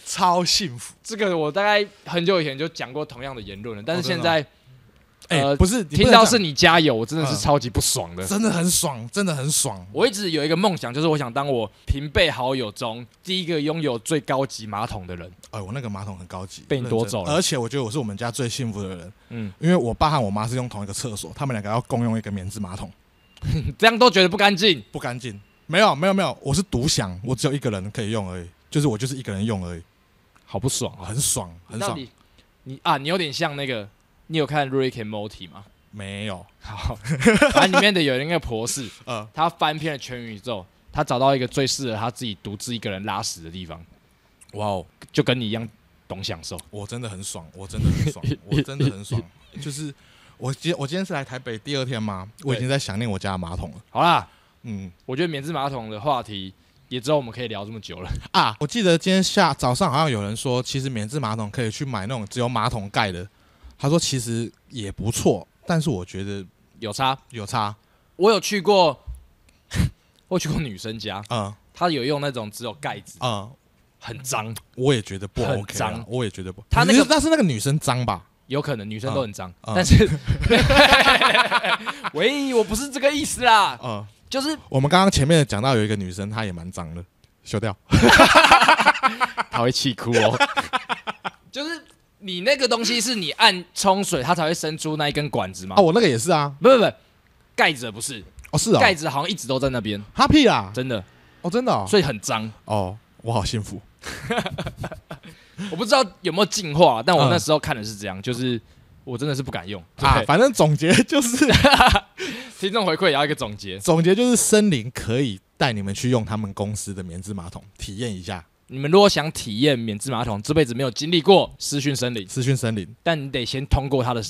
Speaker 2: 超幸福。
Speaker 1: 这个我大概很久以前就讲过同样的言论了，但是
Speaker 2: 哦真
Speaker 1: 现
Speaker 2: 的
Speaker 1: 在、
Speaker 2: 哎、
Speaker 1: 呃
Speaker 2: 不是你不
Speaker 1: 听
Speaker 2: 能
Speaker 1: 到
Speaker 2: 讲
Speaker 1: 是你加油，我真的是
Speaker 2: 嗯
Speaker 1: 超级不爽的。
Speaker 2: 真的很爽，真的很爽。
Speaker 1: 我一直有一个梦想，就是我想当我平辈好友中第一个拥有最高级马桶的人。
Speaker 2: 哎，我那个马桶很高级，
Speaker 1: 被你
Speaker 2: 认真
Speaker 1: 夺走了
Speaker 2: 而且我觉得我是我们家最幸福的人，
Speaker 1: 嗯，
Speaker 2: 因为我爸和我妈是用同一个厕所，他们两个要共用一个免治马桶，
Speaker 1: 这样都觉得不干净。
Speaker 2: 不干净。没有，没有，没有，我是独享，我只有一个人可以用而已，就是我就是一个人用而已，
Speaker 1: 好不爽啊！
Speaker 2: 很爽，很
Speaker 1: 到
Speaker 2: 爽。
Speaker 1: 底你啊，你有点像那个，你有看《Rick and Morty》吗？
Speaker 2: <laughs> 没有，
Speaker 1: 好，反正里面的有那个婆
Speaker 2: <laughs>
Speaker 1: 士，
Speaker 2: 呃，
Speaker 1: 她翻遍了全宇宙，她找到一个最适合她自己独自一个人拉屎的地方，
Speaker 2: 哇哦，
Speaker 1: 就跟你一样懂享受。
Speaker 2: 我真的很爽，我真的
Speaker 1: <laughs>
Speaker 2: 很爽，我真的很爽。就是我今我今天是来台北第二天嘛，我已经在想念我家的马桶了。
Speaker 1: 好啦，
Speaker 2: 嗯
Speaker 1: 我觉得免治马桶的话题也只有我们可以聊这么久了。
Speaker 2: 啊，我记得今天下早上好像有人说，其实免治马桶可以去买那种只有马桶盖的，他说其实也不错，但是我觉得
Speaker 1: 有差，
Speaker 2: 有差。
Speaker 1: 我有去过， <laughs> 我有去过女生家，
Speaker 2: 嗯
Speaker 1: 她有用那种只有盖子，
Speaker 2: 嗯，
Speaker 1: 很脏，
Speaker 2: 我也觉得不
Speaker 1: 很
Speaker 2: OK 啊
Speaker 1: 脏，
Speaker 2: 我也觉得不。
Speaker 1: 他那个
Speaker 2: 可是但是那个女生脏吧？
Speaker 1: 有可能女生都很脏，
Speaker 2: 嗯嗯
Speaker 1: 但是， <laughs> 喂，我不是这个意思啦，
Speaker 2: 嗯，
Speaker 1: 就是
Speaker 2: 我们刚刚前面讲到有一个女生，她也蛮脏的，修掉。
Speaker 1: 他会气哭哦。就是你那个东西是你按冲水，它才会伸出那一根管子吗？
Speaker 2: 啊，，我那个也是啊，
Speaker 1: 不不不，盖子的不是，
Speaker 2: 哦是啊，
Speaker 1: 盖子好像一直都在那边，
Speaker 2: 哈屁啦，
Speaker 1: 真的，
Speaker 2: 哦真的哦，
Speaker 1: 所以很脏。
Speaker 2: 哦，我好幸福。
Speaker 1: 我不知道有没有进化，但我
Speaker 2: 嗯
Speaker 1: 那时候看的是这样，就是我真的是不敢用
Speaker 2: 啊
Speaker 1: 啊，。
Speaker 2: 反正总结就是，
Speaker 1: 听众回馈也要一个总结，
Speaker 2: 总结就是森林可以带你们去用他们公司的棉质马桶体验一下，
Speaker 1: 你们如果想体验免治马桶，这辈子没有经历过私讯森林，
Speaker 2: 私讯森林，
Speaker 1: 但你得先通过他的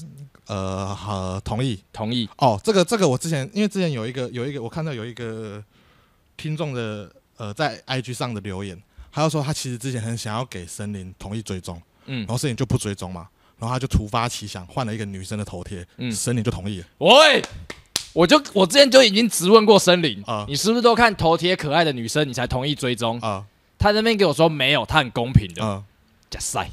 Speaker 2: 呃，好，同意
Speaker 1: 同意。
Speaker 2: 哦。这个这个我之前因为之前有一个有一个我看到有一个听众的呃在 IG 上的留言，他就说他其实之前很想要给森林同意追踪，
Speaker 1: 嗯
Speaker 2: 然，后森林就不追踪嘛，然后他就突发奇想换了一个女生的头贴，
Speaker 1: 嗯
Speaker 2: 森林就同意了。
Speaker 1: 喂，我就我之前就已经质问过森林，
Speaker 2: 啊
Speaker 1: 你是不是都看头贴可爱的女生你才同意追踪？
Speaker 2: 啊
Speaker 1: 他那边给我说没嗯有，他很公平的，
Speaker 2: 啊！
Speaker 1: 假赛、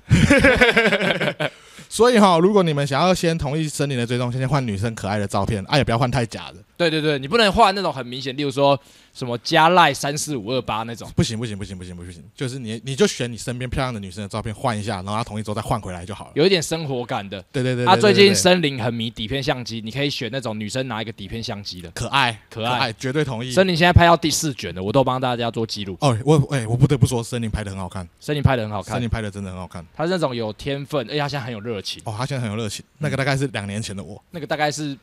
Speaker 2: 所以哈、如果你们想要先同意森林的追踪，先换女生可爱的照片，啊，也不要换太假的。
Speaker 1: 对对对，你不能画那种很明显，例如说什么加赖三四五二八那种。
Speaker 2: 不行不行不行不行不行不行，就是你你就选你身边漂亮的女生的照片换一下，然后她同意之后再换回来就好了。
Speaker 1: 有一点生活感的，
Speaker 2: 对对对，
Speaker 1: 他
Speaker 2: 对
Speaker 1: 最
Speaker 2: 对对
Speaker 1: 近森林很迷底片相机，你可以选那种女生拿一个底片相机的。
Speaker 2: 可爱
Speaker 1: 可
Speaker 2: 可
Speaker 1: 爱
Speaker 2: 爱，绝对同意。
Speaker 1: 森林现在拍到第四卷了，我都帮大家做记录。
Speaker 2: 哦，我哎、我不得不说，森林拍的很好看，
Speaker 1: 森林拍的很好
Speaker 2: 森
Speaker 1: 看，
Speaker 2: 林拍的真的很好看。
Speaker 1: 他是那种有天分，而且他现在很有热情。
Speaker 2: 哦，他现在很有热情，那个大概是两年前的我，
Speaker 1: 那个大概是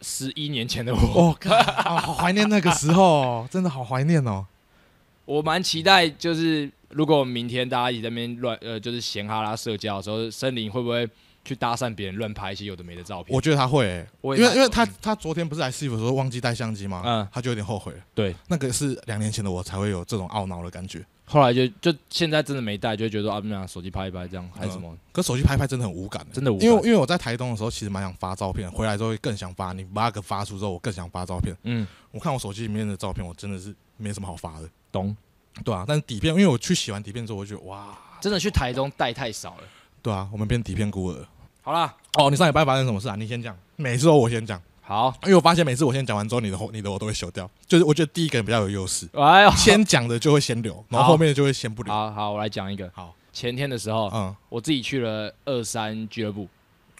Speaker 1: 十一年前的我，
Speaker 2: <laughs> 哦，看啊好怀念那个时候哦，真的好怀念哦。
Speaker 1: 我蛮期待，就是如果明天大家一起在那边乱呃，就是闲哈拉社交的时候，森林会不会去搭讪别人，乱拍一些有的没的照片？
Speaker 2: <laughs> 我觉得他会、欸，
Speaker 1: 我也
Speaker 2: 因为
Speaker 1: 蛮
Speaker 2: 因为他他昨天不是来师傅说忘记带相机吗？
Speaker 1: 嗯
Speaker 2: 他就有点后悔了。
Speaker 1: 对，
Speaker 2: 那个是两年前的我才会有这种懊恼的感觉。
Speaker 1: 后来就就现在真的没带，就会觉得啊，那手机拍一拍这样还是什么，
Speaker 2: 可手机拍拍真的很无感、欸，
Speaker 1: 真的无
Speaker 2: 因为
Speaker 1: 感
Speaker 2: 因为我在台东的时候，其实蛮想发照片，回来之后会更想发。你把那个发出之后，我更想发照片。
Speaker 1: 嗯，
Speaker 2: 我看我手机里面的照片，我真的是没什么好发的， <laughs>
Speaker 1: 懂。
Speaker 2: 对啊。但是底片，因为我去洗完底片之后，我就觉得哇，
Speaker 1: 真的去台中带太少了。
Speaker 2: 对啊，我们变底片孤儿。
Speaker 1: 好啦，
Speaker 2: 哦，你上礼拜发生什么事啊？你先讲，每次都我先讲，
Speaker 1: 好，
Speaker 2: 因为我发现每次我先讲完之后，你的后你的我都会修掉。就是我觉得第一个人比较有优势，
Speaker 1: 哎呦，
Speaker 2: 先讲的就会先留，然后
Speaker 1: 好
Speaker 2: 后面的就会先不留。
Speaker 1: 好好，我来讲一个。
Speaker 2: 好，
Speaker 1: 前天的时候，
Speaker 2: 嗯，
Speaker 1: 我自己去了二三俱乐部，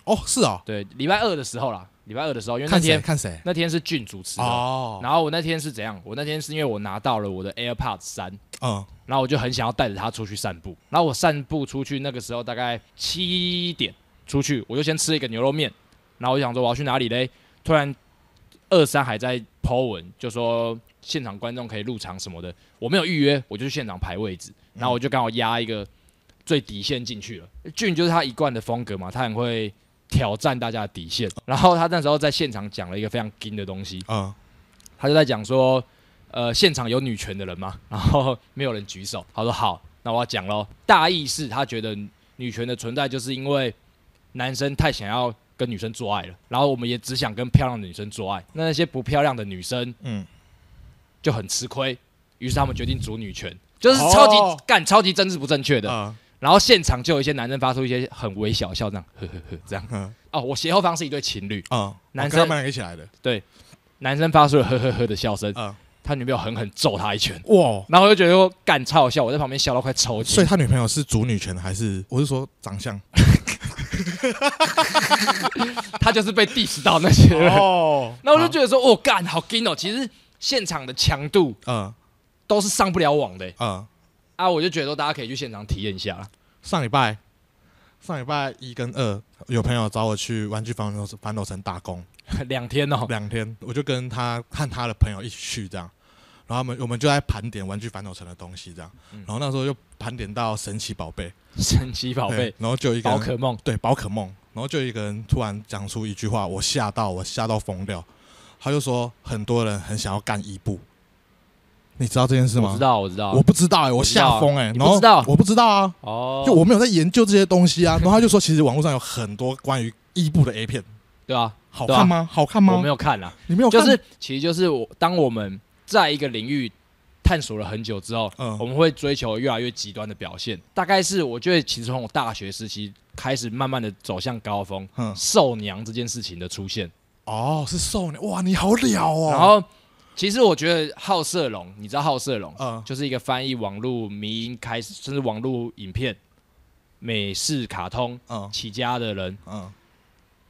Speaker 2: 哦，是哦，
Speaker 1: 对，礼拜二的时候啦，礼拜二的时候，因为那
Speaker 2: 看谁
Speaker 1: 天
Speaker 2: 看谁
Speaker 1: 那天是俊主持的，
Speaker 2: 哦，
Speaker 1: 然后我那天是怎样？我那天是因为我拿到了我的 AirPods 三。
Speaker 2: 嗯
Speaker 1: 然后我就很想要带着它出去散步。然后我散步出去，那个时候大概七点出去，我就先吃了一个牛肉面。然后我就想说我要去哪里嘞？突然二三还在 Po 文，就说现场观众可以入场什么的。我没有预约，我就去现场排位置。然后我就刚好压一个最底线进去了。俊就是他一贯的风格嘛，他很会挑战大家的底线。然后他那时候在现场讲了一个非常金的东西，
Speaker 2: 嗯，
Speaker 1: 他就在讲说，呃，现场有女权的人吗？ <laughs> 然后没有人举手。他说好，那我要讲喽。大意是他觉得女权的存在就是因为男生太想要跟女生做爱了，然后我们也只想跟漂亮的女生做爱，那那些不漂亮的女生
Speaker 2: 嗯，
Speaker 1: 就很吃亏，于是他们决定组女权，就是超级
Speaker 2: 哦
Speaker 1: 干、超级政治不正确的。
Speaker 2: 嗯，
Speaker 1: 然后现场就有一些男生发出一些很微小的笑，这样呵呵呵这样。
Speaker 2: 嗯
Speaker 1: 哦，我斜后方是一对情侣，
Speaker 2: 啊，
Speaker 1: 男生
Speaker 2: 我跟他们两个一起来的
Speaker 1: 男生发出了呵呵呵的笑声，
Speaker 2: 啊，
Speaker 1: 他女朋友狠狠揍他一拳，
Speaker 2: 哇！
Speaker 1: 然后我就觉得说干超好笑，我在旁边笑到快抽
Speaker 2: 所
Speaker 1: 筋
Speaker 2: 以。他女朋友是主女权还是？我是说长相
Speaker 1: <laughs> 他就是被 diss 到那些人，
Speaker 2: 哦。
Speaker 1: 那我就觉得说，哦干好 gay 哦，其实现场的强度
Speaker 2: 得，嗯
Speaker 1: 都是上不了网的欸
Speaker 2: 嗯，
Speaker 1: 啊，我就觉得说大家可以去现场体验一下啦。 <laughs>
Speaker 2: 上礼拜上礼拜一跟二有朋友找我去玩具反斗城反斗城打工，
Speaker 1: 两天哦，
Speaker 2: 两天，我就跟他和他的朋友一起去这样，然后他们我们就在盘点玩具反斗城的东西这样，
Speaker 1: 嗯
Speaker 2: 然后那时候就盘点到神奇宝贝，
Speaker 1: 神奇宝
Speaker 2: 对
Speaker 1: 贝、
Speaker 2: 然后就有一个
Speaker 1: 宝
Speaker 2: 人
Speaker 1: 可梦，
Speaker 2: 对宝可梦，然后就有一个人突然讲出一句话，我吓到我吓到疯掉，他就说很多人很想要干伊布，你知道这件事吗？
Speaker 1: 我知道，我知道，
Speaker 2: 我不知道哎、我
Speaker 1: 知道啊
Speaker 2: 吓疯哎，
Speaker 1: 你不
Speaker 2: 然后
Speaker 1: 知道
Speaker 2: 我不知道啊，
Speaker 1: 哦，
Speaker 2: 就我没有在研究这些东西啊。然后他就说，其实网络上有很多关于伊布的 A 片，
Speaker 1: 对啊，
Speaker 2: 好看吗？好看吗？
Speaker 1: 我没有看啦，啊
Speaker 2: 你没有看，
Speaker 1: 就是其实就是我当我们在一个领域探索了很久之后，
Speaker 2: 嗯
Speaker 1: 我们会追求越来越极端的表现。大概是我觉得，其实从我大学时期开始，慢慢的走向高峰，
Speaker 2: 嗯
Speaker 1: 受娘这件事情的出现。
Speaker 2: 哦，是瘦女哇，你好了哦。
Speaker 1: 然后，其实我觉得好色龙，你知道好色龙，
Speaker 2: 嗯
Speaker 1: 就是一个翻译网络迷音开始，甚至网络影片、美式卡通
Speaker 2: 嗯
Speaker 1: 起家的人，
Speaker 2: 嗯，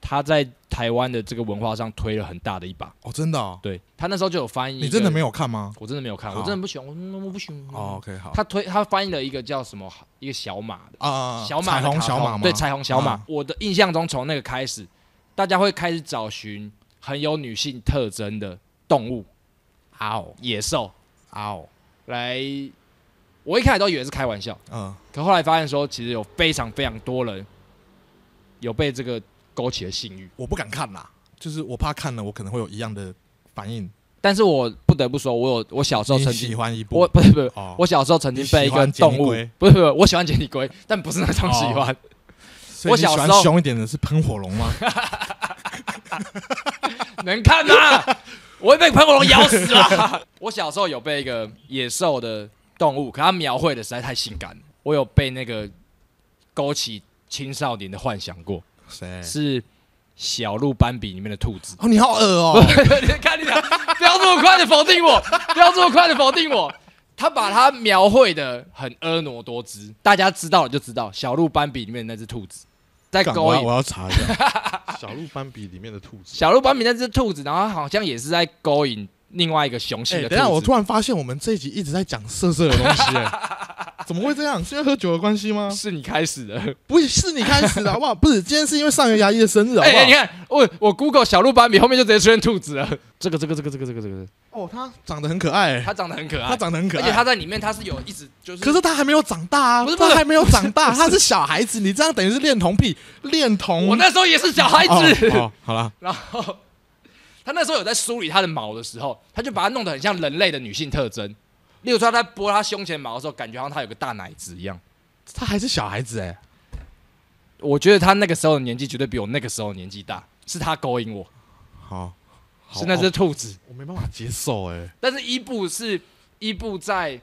Speaker 1: 他在台湾的这个文化上推了很大的一把。
Speaker 2: 哦，真的哦，
Speaker 1: 对他那时候就有翻译，
Speaker 2: 你真的没有看吗？
Speaker 1: 我真的没有看，我
Speaker 2: 好
Speaker 1: 真的不喜欢，我嗯我不喜欢。
Speaker 2: 哦，OK，好，
Speaker 1: 他推他翻译了一个叫什么一个小马的、
Speaker 2: 啊啊，啊
Speaker 1: 小马
Speaker 2: 彩
Speaker 1: 的卡
Speaker 2: 虹小
Speaker 1: 通
Speaker 2: 马吗？
Speaker 1: 对彩虹小马。
Speaker 2: 嗯
Speaker 1: 我的印象中，从那个开始，大家会开始找寻很有女性特征的动物、
Speaker 2: 嗷
Speaker 1: 野兽
Speaker 2: 嗷，
Speaker 1: 来。我一开始都以为是开玩笑，
Speaker 2: 嗯，
Speaker 1: 可后来发现说，其实有非常非常多人有被这个勾起了性欲。
Speaker 2: 我不敢看啦，就是我怕看了我可能会有一样的反应。
Speaker 1: 但是我不得不说，我有我小时候
Speaker 2: 你
Speaker 1: 曾
Speaker 2: 喜
Speaker 1: 经，
Speaker 2: 欢伊布？
Speaker 1: 我不是不是，
Speaker 2: 哦，
Speaker 1: 我小时候曾经
Speaker 2: 你喜
Speaker 1: 被一个
Speaker 2: 欢杰尼
Speaker 1: 动物
Speaker 2: 龟，
Speaker 1: 不是不是，我喜欢杰尼龟，但不是那种喜
Speaker 2: 哦
Speaker 1: 欢。
Speaker 2: 所以
Speaker 1: 我
Speaker 2: 你
Speaker 1: 小
Speaker 2: 喜
Speaker 1: 时
Speaker 2: 欢
Speaker 1: 候
Speaker 2: 凶一点的是喷火龙
Speaker 1: <laughs>
Speaker 2: 吗？哦
Speaker 1: 能看吗？我会被喷火龙咬死啦！ <laughs> 我小时候有被一个野兽的动物，可它描绘的实在太性感了，我有被那个勾起青少年的幻想过，
Speaker 2: 谁？。
Speaker 1: 是小鹿斑比里面的兔子
Speaker 2: 哦，你好恶哦！
Speaker 1: 你看你俩，不要这么快的否定我，不要这么快的否定我。他把它描绘的很婀娜多姿，大家知道了就知道，小鹿斑比里面的那只兔子在
Speaker 2: 干
Speaker 1: 勾
Speaker 2: 我要
Speaker 1: 引
Speaker 2: 我要查一下。 <laughs>
Speaker 3: 小鹿斑比里面的兔子，
Speaker 1: 小鹿斑比那只兔子，然后它好像也是在勾引另外一个雄性
Speaker 2: 哎、
Speaker 1: 的兔子。
Speaker 2: 等一下，我突然发现我们这一集一直在讲色色的东西、哎， <laughs> 怎么会这样？是因为喝酒的关系吗？
Speaker 1: 是你开始的。
Speaker 2: <laughs> 不是你开始的好不 <laughs> 好？不是，今天是因为上元牙医的生日好不好？
Speaker 1: 哎、哎你看，我我 Google 小鹿斑比后面就直接出现兔子了。这个这个这个这个这个这个，
Speaker 2: 哦，他长得很可爱、哎
Speaker 1: 它长得很可爱，
Speaker 2: 他长得很可
Speaker 1: 而
Speaker 2: 爱，
Speaker 1: 且它在里面它是有一直就是，
Speaker 2: 可是他还没有长大啊，
Speaker 1: 不是不是
Speaker 2: 他还没有长大，他是小孩子，你这样等于是恋童癖，恋童。
Speaker 1: 我那时候也是小孩子，
Speaker 2: 哦，哦好啦，
Speaker 1: <laughs> 然后他那时候有在梳理他的毛的时候，他就把它弄得很像人类的女性特征。例如说，他在拨他胸前毛的时候，感觉好像他有个大奶子一样。
Speaker 2: 他还是小孩子哎、
Speaker 1: 我觉得他那个时候的年纪绝对比我那个时候的年纪大，是他勾引我，
Speaker 2: 好，好
Speaker 1: 是那只
Speaker 2: 哦
Speaker 1: 兔子。
Speaker 2: 我没办法接受哎、
Speaker 1: 但是伊布是伊布在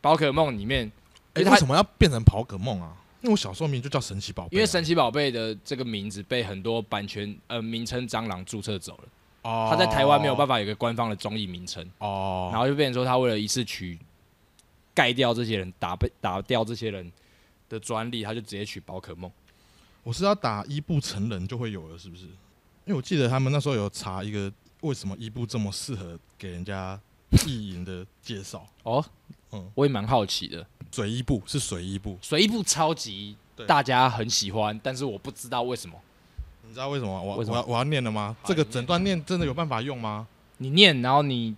Speaker 1: 宝可梦里面，因
Speaker 2: 哎、
Speaker 1: 为他
Speaker 2: 为什么要变成宝可梦啊？因为我小时候名就叫神奇宝贝啊、
Speaker 1: 因为神奇宝贝的这个名字被很多版权呃名称蟑螂注册走了，
Speaker 2: 哦，
Speaker 1: 它在台湾没有办
Speaker 2: 法
Speaker 1: 法有一个官方的中译名称，
Speaker 2: 哦，
Speaker 1: 然后就变成说他为了一次取盖掉这些人，打被打掉这些人的专利，他就直接取宝可梦。
Speaker 2: 我是要打伊布成人就会有了，是不是？因为我记得他们那时候有查一个为什么伊布这么适合给人家意淫的介绍，
Speaker 1: 哦，
Speaker 2: 嗯
Speaker 1: 我也蛮好奇的，
Speaker 2: 水伊布是水伊布，
Speaker 1: 水一部超级
Speaker 2: 对
Speaker 1: 大家很喜欢，但是我不知道为什么。
Speaker 2: 你知道为什么我
Speaker 1: 为什么
Speaker 2: 我要我要念了吗？
Speaker 1: 好
Speaker 2: 这个
Speaker 1: 你念
Speaker 2: 整段念真的有办法用吗？
Speaker 1: 你念，然后你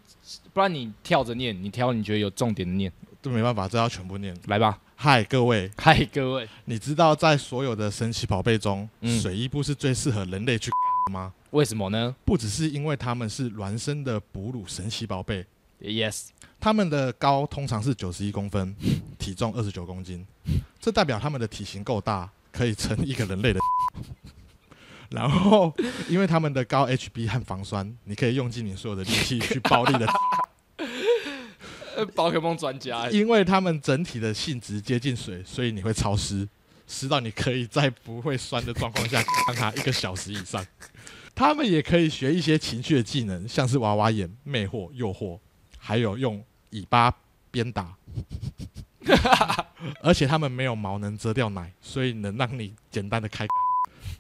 Speaker 1: 不然你跳着念，你挑你觉得有重点的念，
Speaker 2: 这没办法，这要全部念。
Speaker 1: 来吧。
Speaker 2: 嗨，各位，
Speaker 1: 嗨，各位，
Speaker 2: 你知道在所有的神奇宝贝中，
Speaker 1: 嗯
Speaker 2: 水伊布是最适合人类去的吗？
Speaker 1: 为什么呢
Speaker 2: 不只是因为他们是孪生的哺乳神奇宝贝，
Speaker 1: ？Yes，
Speaker 2: 他们的高通常是九十一公分， <laughs> 体重二十九公斤，这代表他们的体型够大，可以撑一个人类的。 <laughs> 然后，因为他们的高 HB 和防酸，你可以用尽你所有的力气去暴力的。
Speaker 1: <laughs> 宝可梦专 <laughs> 家欸，
Speaker 2: 因为它们整体的性质接近水，所以你会潮湿，湿到你可以在不会酸的状况下让它一个小时以上。 <laughs> 它们也可以学一些情绪的技能，像是娃娃眼、魅惑、诱惑，还有用尾巴鞭打。 <laughs> 而且它们没有毛能遮掉奶，所以能让你简单的开。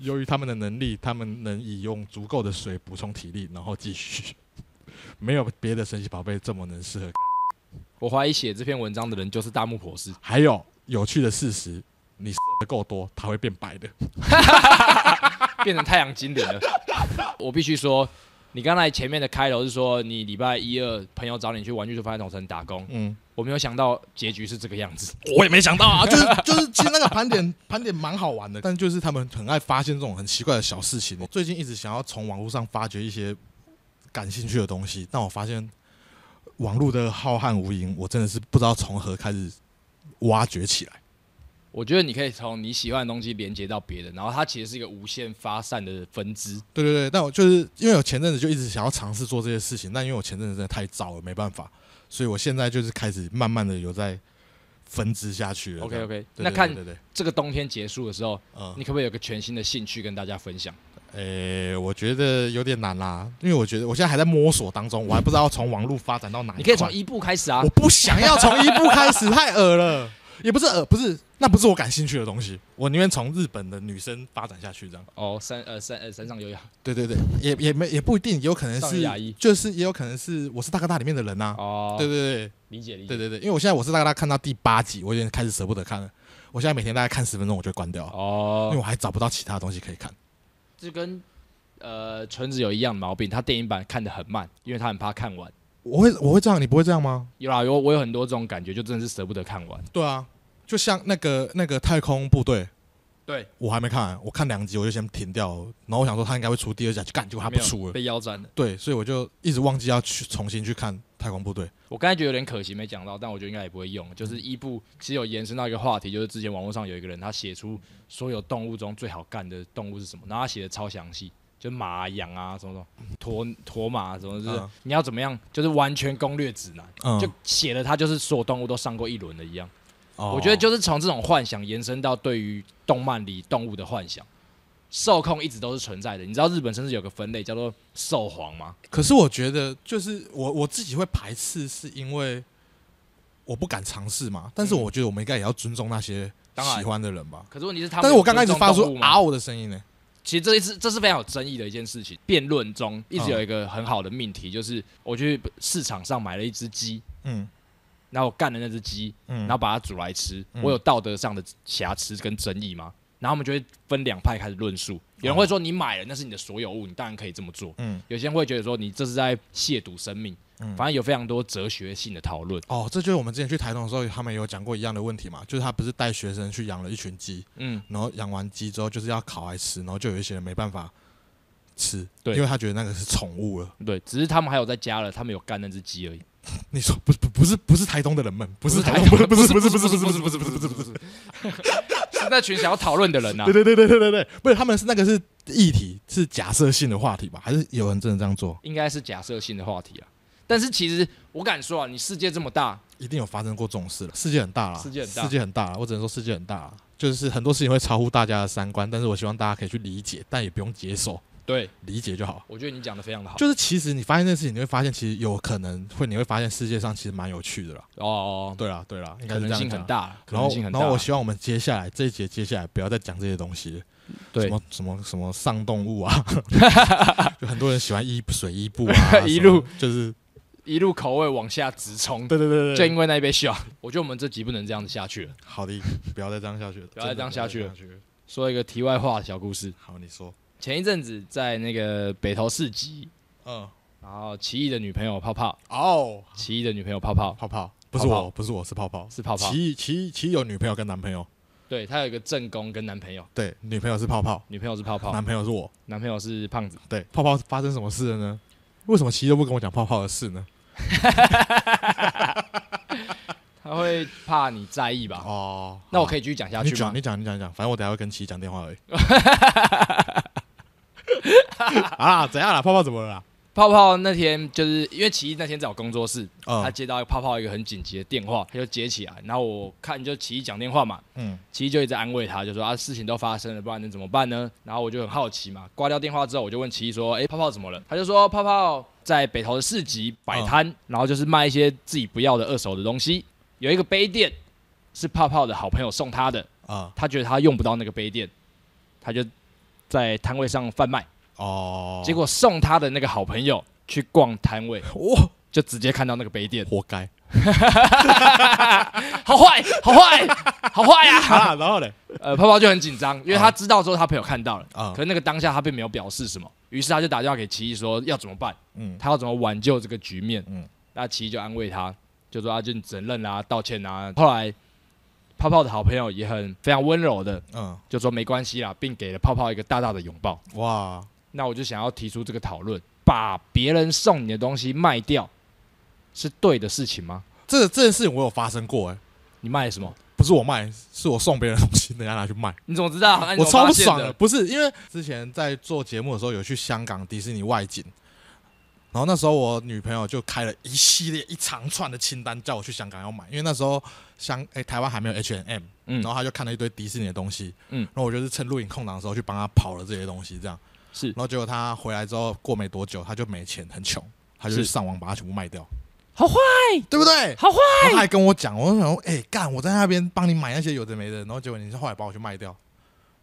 Speaker 2: 由于它们的能力，它们能以用足够的水补充体力，然后继续。 <laughs> 没有别的神奇宝贝这么能适合
Speaker 1: 我怀疑写这篇文章的人就是大木博士。
Speaker 2: 还有有趣的事实，你的够多，它会变白的。
Speaker 1: 变成太阳精
Speaker 2: <laughs>
Speaker 1: 灵了。我必须说，你刚才前面的开头是说你礼拜一二朋友找你去玩具就发展城打工，
Speaker 2: 嗯，
Speaker 1: 我没有想到结局是这个样子。
Speaker 2: 我也没想到 <laughs> 啊，就是就是，其实那个盘点 <laughs> 盘点蛮好玩的，但就是他们很爱发现这种很奇怪的小事情。我最近一直想要从网络上发掘一些感兴趣的东西，但我发现网络的浩瀚无垠，我真的是不知道从何开始挖掘起来。
Speaker 1: 我觉得你可以从你喜欢的东西连接到别的，然后它其实是一个无限发散的分支。
Speaker 2: 对对对，但我就是因为我前阵子就一直想要尝试做这些事情，但因为我前阵子真的太糟了，没办法，所以我现在就是开始慢慢的有在分支下去了。
Speaker 1: OK
Speaker 2: 这样
Speaker 1: OK，
Speaker 2: 对
Speaker 1: 那
Speaker 2: 对
Speaker 1: 看
Speaker 2: 对对，对
Speaker 1: 这个冬天结束的时候，
Speaker 2: 嗯，
Speaker 1: 你可不可以有个全新的兴趣跟大家分享？
Speaker 2: 诶、呃我觉得有点难啦，因为我觉得我现在还在摸索当中，我还不知道从网络发展到哪一
Speaker 1: 你可以从
Speaker 2: 块
Speaker 1: 一步开始啊
Speaker 2: 我。不想要从一步开始，太恶了，也不是恶，不是，那不是我感兴趣的东西，我宁愿从日本的女生发展下去，这样。
Speaker 1: 哦，山呃山呃山上有氧
Speaker 2: 对对对，也也没也不一定，也有可能
Speaker 1: 少女亚裔
Speaker 2: 是，就是也有可能是我是大哥大里面的人呐、
Speaker 1: 哦，
Speaker 2: 对对对，
Speaker 1: 理解理解。
Speaker 2: 对对对，因为我现在我是大概看到第八集，我已经开始舍不得看了。我现在每天大概看十分钟，我就会关掉，因为
Speaker 1: 哦，
Speaker 2: 我还找不到其他东西可以看。
Speaker 1: 这跟呃纯子有一样的毛病，他电影版看得很慢，因为他很怕看完。
Speaker 2: 我会我会这样，你不会这样吗？
Speaker 1: 有啦，有我有很多这种感觉，就真的是舍不得看完。
Speaker 2: 对啊，就像那个那个太空部队，
Speaker 1: 对，
Speaker 2: 我还没看，我看两集我就先停掉，然后我想说他应该会出第二集，就干，结果他不出了。
Speaker 1: 被腰啊斩了。
Speaker 2: 对，所以我就一直忘记要去重新去看太空部队。
Speaker 1: 我刚才觉得有点可惜没讲到，但我觉得应该也不会用。就是伊布其实有延伸到一个话题，就是之前网络上有一个人他写出所有动物中最好干的动物是什么，然后他写的超详细，就马啊、羊啊什么什么，驮驮马啊什么，就是、
Speaker 2: 嗯
Speaker 1: 你要怎么样，就是完全攻略指南，
Speaker 2: 嗯，
Speaker 1: 就写了他就是所有动物都上过一轮的一样。
Speaker 2: 哦
Speaker 1: 我觉得就是从这种幻想延伸到对于动漫里动物的幻想，受控一直都是存在的。你知道日本甚至有个分类叫做兽皇吗？
Speaker 2: 可是我觉得，就是我我自己会排斥，是因为我不敢尝试嘛。但是
Speaker 1: 嗯
Speaker 2: 我觉得我们应该也要尊重那些
Speaker 1: 当然
Speaker 2: 喜欢的人吧。
Speaker 1: 可是问题是他们，
Speaker 2: 但是我刚开始发出
Speaker 1: 啊，
Speaker 2: 嗷的声音呢、
Speaker 1: 其实这一次这是非常有争议的一件事情。辩论中一直有一个很好的命题，就是我去市场上买了一只鸡，
Speaker 2: 嗯
Speaker 1: 然后我干了那只鸡，
Speaker 2: 嗯
Speaker 1: 然后把它煮来吃，
Speaker 2: 嗯
Speaker 1: 我有道德上的瑕疵跟争议吗？然后他们就会分两派开始论述，有人会说你买了那是你的所有物，你当然可以这么做。
Speaker 2: 嗯
Speaker 1: 有些人会觉得说你这是在亵渎生命，
Speaker 2: 嗯
Speaker 1: 反正有非常多哲学性的讨论。
Speaker 2: 哦，这就是我们之前去台东的时候，他们有讲过一样的问题嘛，就是他不是带学生去养了一群鸡，
Speaker 1: 嗯，
Speaker 2: 然后养完鸡之后就是要烤来吃，然后就有一些人没办法吃，
Speaker 1: 对
Speaker 2: 因为他觉得那个是宠物了。
Speaker 1: 对，只是他们还有在加了，他们有干那只鸡
Speaker 2: <laughs>
Speaker 1: 而已。
Speaker 2: 你说不不不是不是台东的人们，
Speaker 1: 不
Speaker 2: 不是台
Speaker 1: 东
Speaker 2: 东，
Speaker 1: 人
Speaker 2: 不是不是不是不是不是不是不是不是不是，
Speaker 1: 是那群想要讨论的人呐、啊
Speaker 2: 对。对对对对对对，不是他们是那个是议题，是假设性的话题吧？还是有人真的这样做？
Speaker 1: <laughs> 应该是假设性的话题啊。但是其实我敢说啊，你世界这么大，
Speaker 2: 一定有发生过这种事了。世界很大啦，
Speaker 1: 世界很大
Speaker 2: 世界很大啦，我只能说世界很大啦，就是很多事情会超乎大家的三观，但是我希望大家可以去理解，但也不用接受，
Speaker 1: 对
Speaker 2: 理解就好。
Speaker 1: 我觉得你讲的非常的好。
Speaker 2: 就是其实你发现这件事情，你会发现其实有可能会，你会发现世界上其实蛮有趣的啦。
Speaker 1: 哦，
Speaker 2: 对啦，对啦，应
Speaker 1: 可
Speaker 2: 该是这
Speaker 1: 能
Speaker 2: 样
Speaker 1: 性
Speaker 2: 讲
Speaker 1: 很。大，可能
Speaker 2: 然后
Speaker 1: 性，很
Speaker 2: 然
Speaker 1: 大。
Speaker 2: 后我希望我们接下来这一节接下来不要再讲这些东西了，什
Speaker 1: 对
Speaker 2: 么什么什么上动物
Speaker 1: <laughs>
Speaker 2: 啊，就很多人喜欢衣水衣布啊，
Speaker 1: 一路
Speaker 2: 什么就是
Speaker 1: 一路口味往下直冲，
Speaker 2: 对对对
Speaker 1: 就
Speaker 2: 对，
Speaker 1: 因为那一杯笑，我觉得我们这集不能这样子下去了。
Speaker 2: 好的，不要再这样下去了，
Speaker 1: 不要再这样下去了
Speaker 2: 真的不要再这样下去了。
Speaker 1: 说一个题外话的小故事，
Speaker 2: 好，你说，
Speaker 1: 前一阵子在那个北投市集，
Speaker 2: 嗯，
Speaker 1: 然后奇异的女朋友泡泡，
Speaker 2: 哦，
Speaker 1: 奇异的女朋友泡泡
Speaker 2: 泡泡，不是
Speaker 1: 泡泡
Speaker 2: 我，不是我是泡泡，
Speaker 1: 是泡泡，
Speaker 2: 奇奇奇有女朋友跟男朋友，
Speaker 1: 对她有一个正宫跟男朋友，
Speaker 2: 对，女朋友是泡泡，
Speaker 1: 女朋友是泡泡，
Speaker 2: 男朋友是我，
Speaker 1: 男朋友是胖子。
Speaker 2: 对，泡泡发生什么事了呢？为什么奇都不跟我讲泡泡的事呢？
Speaker 1: 他会怕你在意吧？
Speaker 2: 哦，
Speaker 1: 那我可
Speaker 2: 以
Speaker 1: 以继续讲下
Speaker 2: 你
Speaker 1: 去吗
Speaker 2: 讲，？你讲，你讲，你讲，反正我等一下会跟奇讲
Speaker 1: <laughs>
Speaker 2: 电话而已。啊，怎样啦？泡泡怎么了啦？
Speaker 1: 泡泡那天就是因为奇艺那天在我工作室，他
Speaker 2: 啊，
Speaker 1: 接到泡泡一个很紧急的电话，他就接起来，然后我看就奇艺讲电话嘛，
Speaker 2: 嗯，
Speaker 1: 奇艺就一直安慰他，就说啊事情都发生了，不然能怎么办呢？然后我就很好奇嘛，挂掉电话之后我就问奇艺说，哎、泡泡怎么了？他就说泡泡在北投的市集摆摊，然后就是卖一些自己不要的二手的东西，有一个杯垫是泡泡的好朋友送他的，
Speaker 2: 啊，
Speaker 1: 他觉得他用不到那个杯垫，他就在摊位上贩卖，
Speaker 2: 哦，
Speaker 1: 结果送他的那个好朋友去逛摊位，
Speaker 2: 哇，
Speaker 1: 就直接看到那个杯垫，
Speaker 2: 活该
Speaker 1: 好坏，好坏， <laughs> 好坏啊！
Speaker 2: 啊！然后嘞，
Speaker 1: 呃，泡泡就很紧张，因为他知道之后他朋友看到了，
Speaker 2: 啊
Speaker 1: 可，是那个当下他并没有表示什么，于是他就打电话给奇艺说要怎么办，
Speaker 2: 嗯，
Speaker 1: 他要怎么挽救这个局面。
Speaker 2: 嗯
Speaker 1: 那奇艺就安慰他，就说啊，就你承认啊，道歉啊。后来泡泡的好朋友也很非常温柔的
Speaker 2: 嗯，
Speaker 1: 就说没关系啦，并给了泡泡一个大大的拥抱。
Speaker 2: 哇，
Speaker 1: 那我就想要提出这个讨论：把别人送你的东西卖掉，是对的事情吗？
Speaker 2: 这个这件事情我有发生过，哎，
Speaker 1: 你卖了什么？
Speaker 2: 不是我卖，是我送别人的东西，人家拿去卖，
Speaker 1: 你怎么知道？那你
Speaker 2: 我
Speaker 1: 怎么
Speaker 2: 超
Speaker 1: 发
Speaker 2: 不
Speaker 1: 现
Speaker 2: 爽
Speaker 1: 的
Speaker 2: 的。。不是因为之前在做节目的时候，有去香港迪士尼外景，然后那时候我女朋友就开了一系列一长串的清单，叫我去香港要买，因为那时候香诶、台湾还没有 H M，
Speaker 1: 嗯
Speaker 2: 然后她就看了一堆迪士尼的东西，
Speaker 1: 嗯
Speaker 2: 嗯，然后我就是趁录影空档的时候去帮她跑了这些东西，这样，
Speaker 1: 是
Speaker 2: 然后结果她回来之后过没多久，她就没钱，很穷，她就去
Speaker 1: 是
Speaker 2: 上网把它全部卖掉，
Speaker 1: 好坏，
Speaker 2: 对不对？
Speaker 1: 好坏。
Speaker 2: 然后他还跟我讲，我就想说，哎、干，我在那边帮你买那些有的没的，然后结果你是后来把我去卖掉，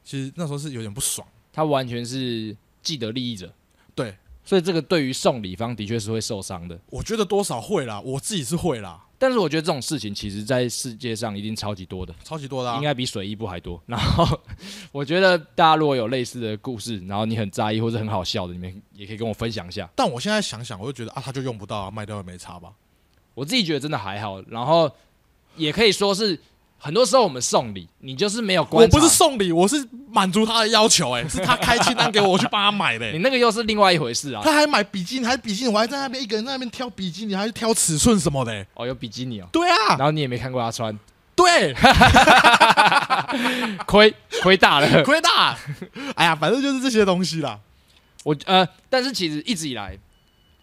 Speaker 2: 其实那时候是有点不爽，
Speaker 1: 他完全是既得利益者，
Speaker 2: 对
Speaker 1: 所以这个对于送礼方的确是会受伤的。
Speaker 2: 我觉得多少会啦，我自己是会啦，
Speaker 1: 但是我觉得这种事情其实在世界上一定超级多的，
Speaker 2: 超级多的、啊，
Speaker 1: 应该比水衣部还多。然后我觉得大家如果有类似的故事，然后你很在意或者很好笑的，你们也可以跟我分享一下。
Speaker 2: 但我现在想想，我就觉得啊，他就用不到啊，卖掉也没差吧，
Speaker 1: 我自己觉得真的还好，然后也可以说是很多时候我们送礼，你就是没有
Speaker 2: 我
Speaker 1: 观察，
Speaker 2: 不是送礼，我是满足他的要求、哎，是他开清单给我，我去帮他买的、
Speaker 1: 你
Speaker 2: 哎
Speaker 1: 那个又是另外一回事啊。
Speaker 2: 他还买比基尼，还比基尼，我还在那边一个人在那边挑比基尼，还是挑尺寸什么的、哎
Speaker 1: 哦，有比基尼哦，
Speaker 2: 对啊
Speaker 1: 然，后你也没看过他穿，
Speaker 2: 对，
Speaker 1: 亏亏大了。
Speaker 2: 亏大， <laughs> 哎呀，反正就是这些东西啦，
Speaker 1: 我呃，但是其实一直以来，